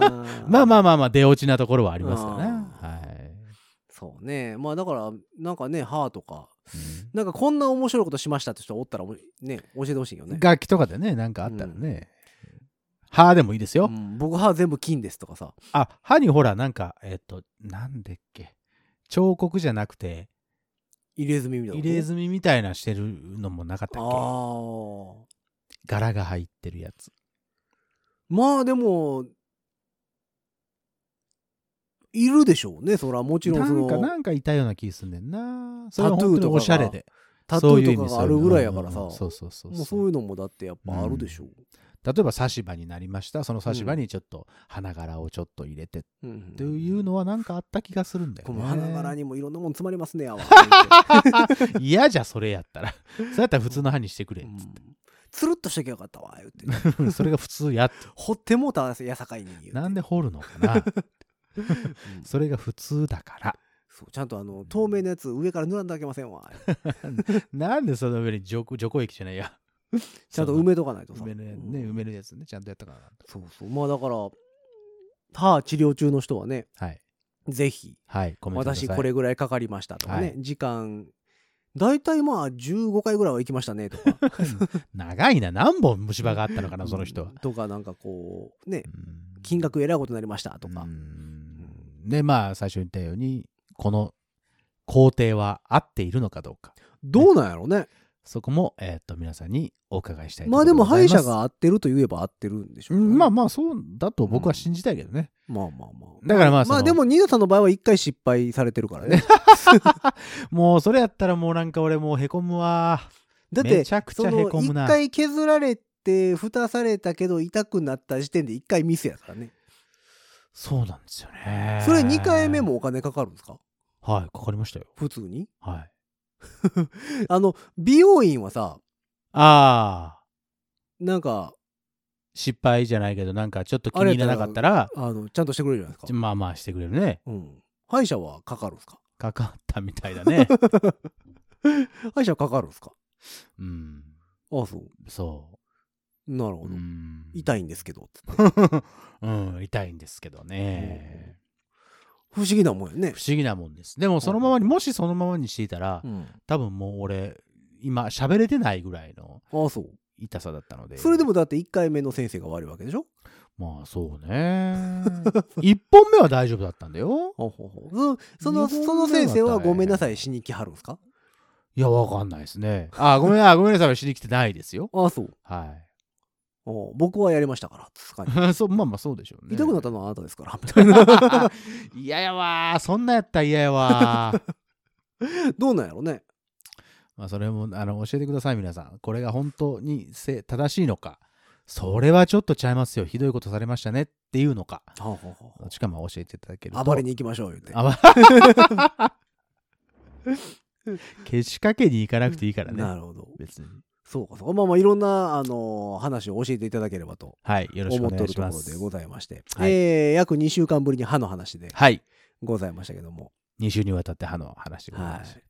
まあ
あ。
まあまあ出落ちなところはありますからね。
あ
はい。
そうね。まあだから、なんかね、歯とか、
うん
なんかこんな面白いことしましたって人おったら、おね、教えてほしいよね。
楽器とかでね、なんかあったらね。歯でもいいですよ。
うん僕歯全部金ですとかさ。
あ、歯にほら、なんか、えっと、なんでっけ。彫刻じゃなくて、
入れ墨みたいな。
入れ墨みたいなしてるのもなかった
あ
っ
あ
け
ー。
柄が入ってるやつ。
まあでも、いるでしょうね、そら。もちろん
な
その。
んか、なんかいたような気すんねんな。そ
タ
れ
ト
は
ゥーとかが
本当におしゃれで。
タト
そう
ゥ
いう
ー
意
と
味
か
そう
が
い
あ
う
る
の
ぐらいやからさ、
うんうんそうそうそう。
もうそういうのもだってやっぱあるでしょ
例えば差し歯になりましたその差し歯にちょっと花柄をちょっと入れてっ
う。
ていうのはなんかあった気がするんだよ
こ
ね
の花柄にもいろんなもん詰まります
*laughs*
ねやわ。
嫌じゃそれやったら *laughs* そうやったら普通の歯にしてくれ
う
っ
んつるっとしときゃよかったわ言って
つってそれが普通やっ
掘ってもうたやさかいに言うて
てなんで掘るのかなそれが普通だから。
そうちゃんとあの透明なやつ上から塗らんとあけませんわ
なんでその上に除除光液じゃないや。
ちゃんと埋めとかないとさ
埋めるやつ
うん
ね、埋めるやつね、ちゃんとやったからなんだ
そうそうまあだから歯治療中の人はね
はい。
ぜひ
はい、コメントください
私これぐらいかかりましたとかね、
はい
時間大体まあ15回ぐらいは行きましたねとか
*laughs* 長いな、何本虫歯があったのかな、その人は。
うんとかなんかこうね
うん
金額えらいことになりましたとか、
うんで、まあ、最初に言ったように、この工程は合っているのかどうか、
どうなんやろね
そこも、えーっと、皆さんにお伺いしたいと
ま
こ
あ
ろ
で
で
も
ござ
歯
い
医
ます
者が合ってると言えば合ってるんでしょ
う
うね、
んまあまあ、そうだと僕は信じたいけどね。
まあまあまあ
だからまあその
まあでもニーナさんの場合は1回失敗されてるからね
もう、それやったらもうなんか俺もうへこむわ。
だっ
め
て
ちゃくち
そ
ゃへ
の
こむ
1
な。
回削られて蓋されたけど痛くなった時点で1回ミスやからね
そうなんですよね。
それ2回目。もお金かかるんですか
はい、かかりましたよ。
普通に
はい。
あの美容院はさ
ああ、
なんか
失敗じゃないけど、なんかちょっと気に入らなかったら、
あのちゃんとしてくれるじゃないですか、
まあまあしてくれるね。
うん、歯医者はかかるんですか
かかったみたいだ *laughs* ね。
歯医者はかかるんですか
うん。
ああそう
そ
なる
う。
ほ
う
ど、
ん。
痛いんですけどつって
*laughs* うん、痛いんですけどね。
不思議なもんやね
不、思議なもんです。でもそのままに、もしそのままにしていたら
う、ん、
多分もう俺、今喋れてないぐらいの
ああそう
痛さだったので。
それでもだって1回目の先生が悪いわけでしょ
まあそ
*laughs*
うね。一本目は大丈夫だったんだよ。
ほうほうほううんその
日本
その先生は
文化大変
ごめんなさいしに来はるんですか
いや、わかんないですね。あ、ごめんな、ごめんなさい。しに来てないですよ。
ああそう
は
おう僕はやりましたからつかに
い。 *laughs* そう、まあまあそうでしょうね。
痛くなったのはあなたですからみたいな
*laughs* 嫌やわーそんなんやったら嫌やわ
*laughs*
ー *laughs*
どうなんやろね
まあそれもあの教えてください皆さんこれが本当にせ正しいのかそれはちょっとちゃいますよひどいことされましたねっていうのか
はあはあは
どっちかも教えていただける
あ
と
*laughs* 暴れに行きましょう言うて
あばけしかけに行かなくていいから
なる
ね
ほど
別に
そうかそうかまあまあいろんな、あのー話を教えていただければと
はいよろしく
思
お
って
願
お
い
る
し
とこ
ま
ろですございまして、
はい
えー約2週間ぶりに歯の話で
はい
ございましたけども、
2週にわたって歯の話でございました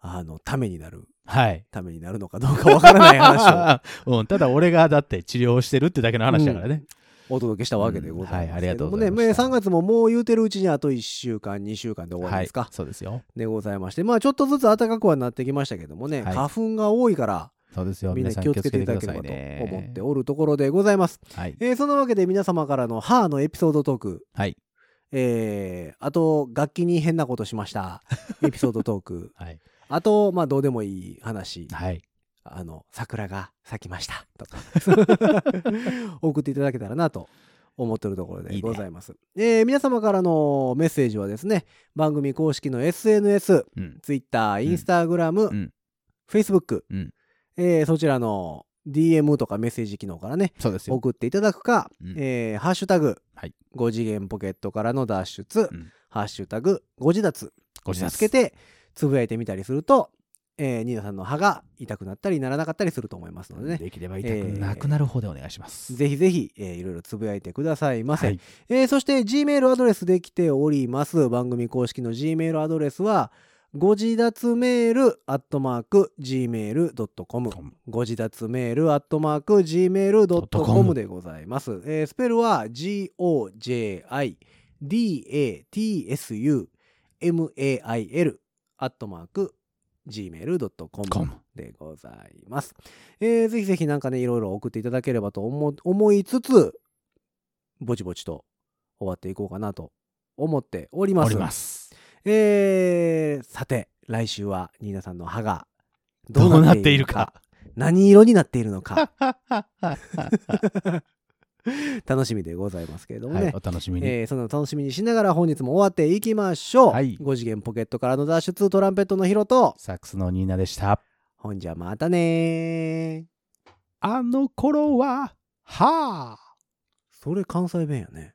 あのためになる
はい
ためになるのかどうかわからない話
*laughs* うん、ただ俺がだって治療をしてるってだけの話だからね、
をお届けしたわけでございますけどもね、
うんはいありがとう
3
ございま
月ももう言うてるうちにあと1週間2週間で終わり
は
で
い
すか、
そうですよ
でございましてまあちょっとずつ暖かくはなってきましたけどもね、
はい
花粉が多いから
そうですよ。
みん
皆
な
さ
気
ん気
を
を
つけ
つ
て
けて
い
く
ただ
だ
け
さ
れば
い
と
ね。
思っておるところでございます、
はい。
えーそのわけで皆様からの歯のエピソードトーク
はい。
えーあと楽器に変なことしましたエピソードトーク
はい。
あとまあどうでもいい話
はい。
あの桜が咲きましたと
*laughs*
か送っていただけたらなと思ってるところでございますえー皆様からのメッセージはですね番組公式の SNS
うん。
Twitter、Instagram、
うん
Facebook、
うん
えーそちらの DM とかメッセージ機能からね
そうですよ。
送っていただくか、
うん
えーハッシュタグ、
はい
5次元ポケットからの脱出、
うん
ハッシュタグ5自脱
ご自
つけ
宅。
てつぶやいてみたりすると、えーニーナさんの歯が痛くなったりならなかったりすると思いますのでね、
できれば痛くなくなる方でお願いします。
ぜひぜひ、えーいろいろつぶやいてくださいませ、
はい。
えーそして G メールアドレスできております番組公式の G メールアドレスはご自立メールアットマーク Gmail.com ご自立メールアットマーク Gmail.com でございます、えースペルは GOJIDATSUMAIL アットマーク Gmail.com
コム。
でございます。えーぜひぜひなんかね、いろいろ送っていただければと思思いつつ、ぼちぼちと終わっていこうかなと思っておりま
お
す。
ります。
えーさて、来週はニーナさんの歯が
どうなっているか。。
何色になっているの
*laughs*
か、楽しみでございますけれども
は
ね。
い。お楽しみに。
えーそんなの楽しみにしながら本日も終わっていきましょう、
はい
5次元ポケットからの脱出トランペットのヒロと
サックスのニーナでした。
ほんじゃまたねー
あの頃は、はあ。
それ関西弁やね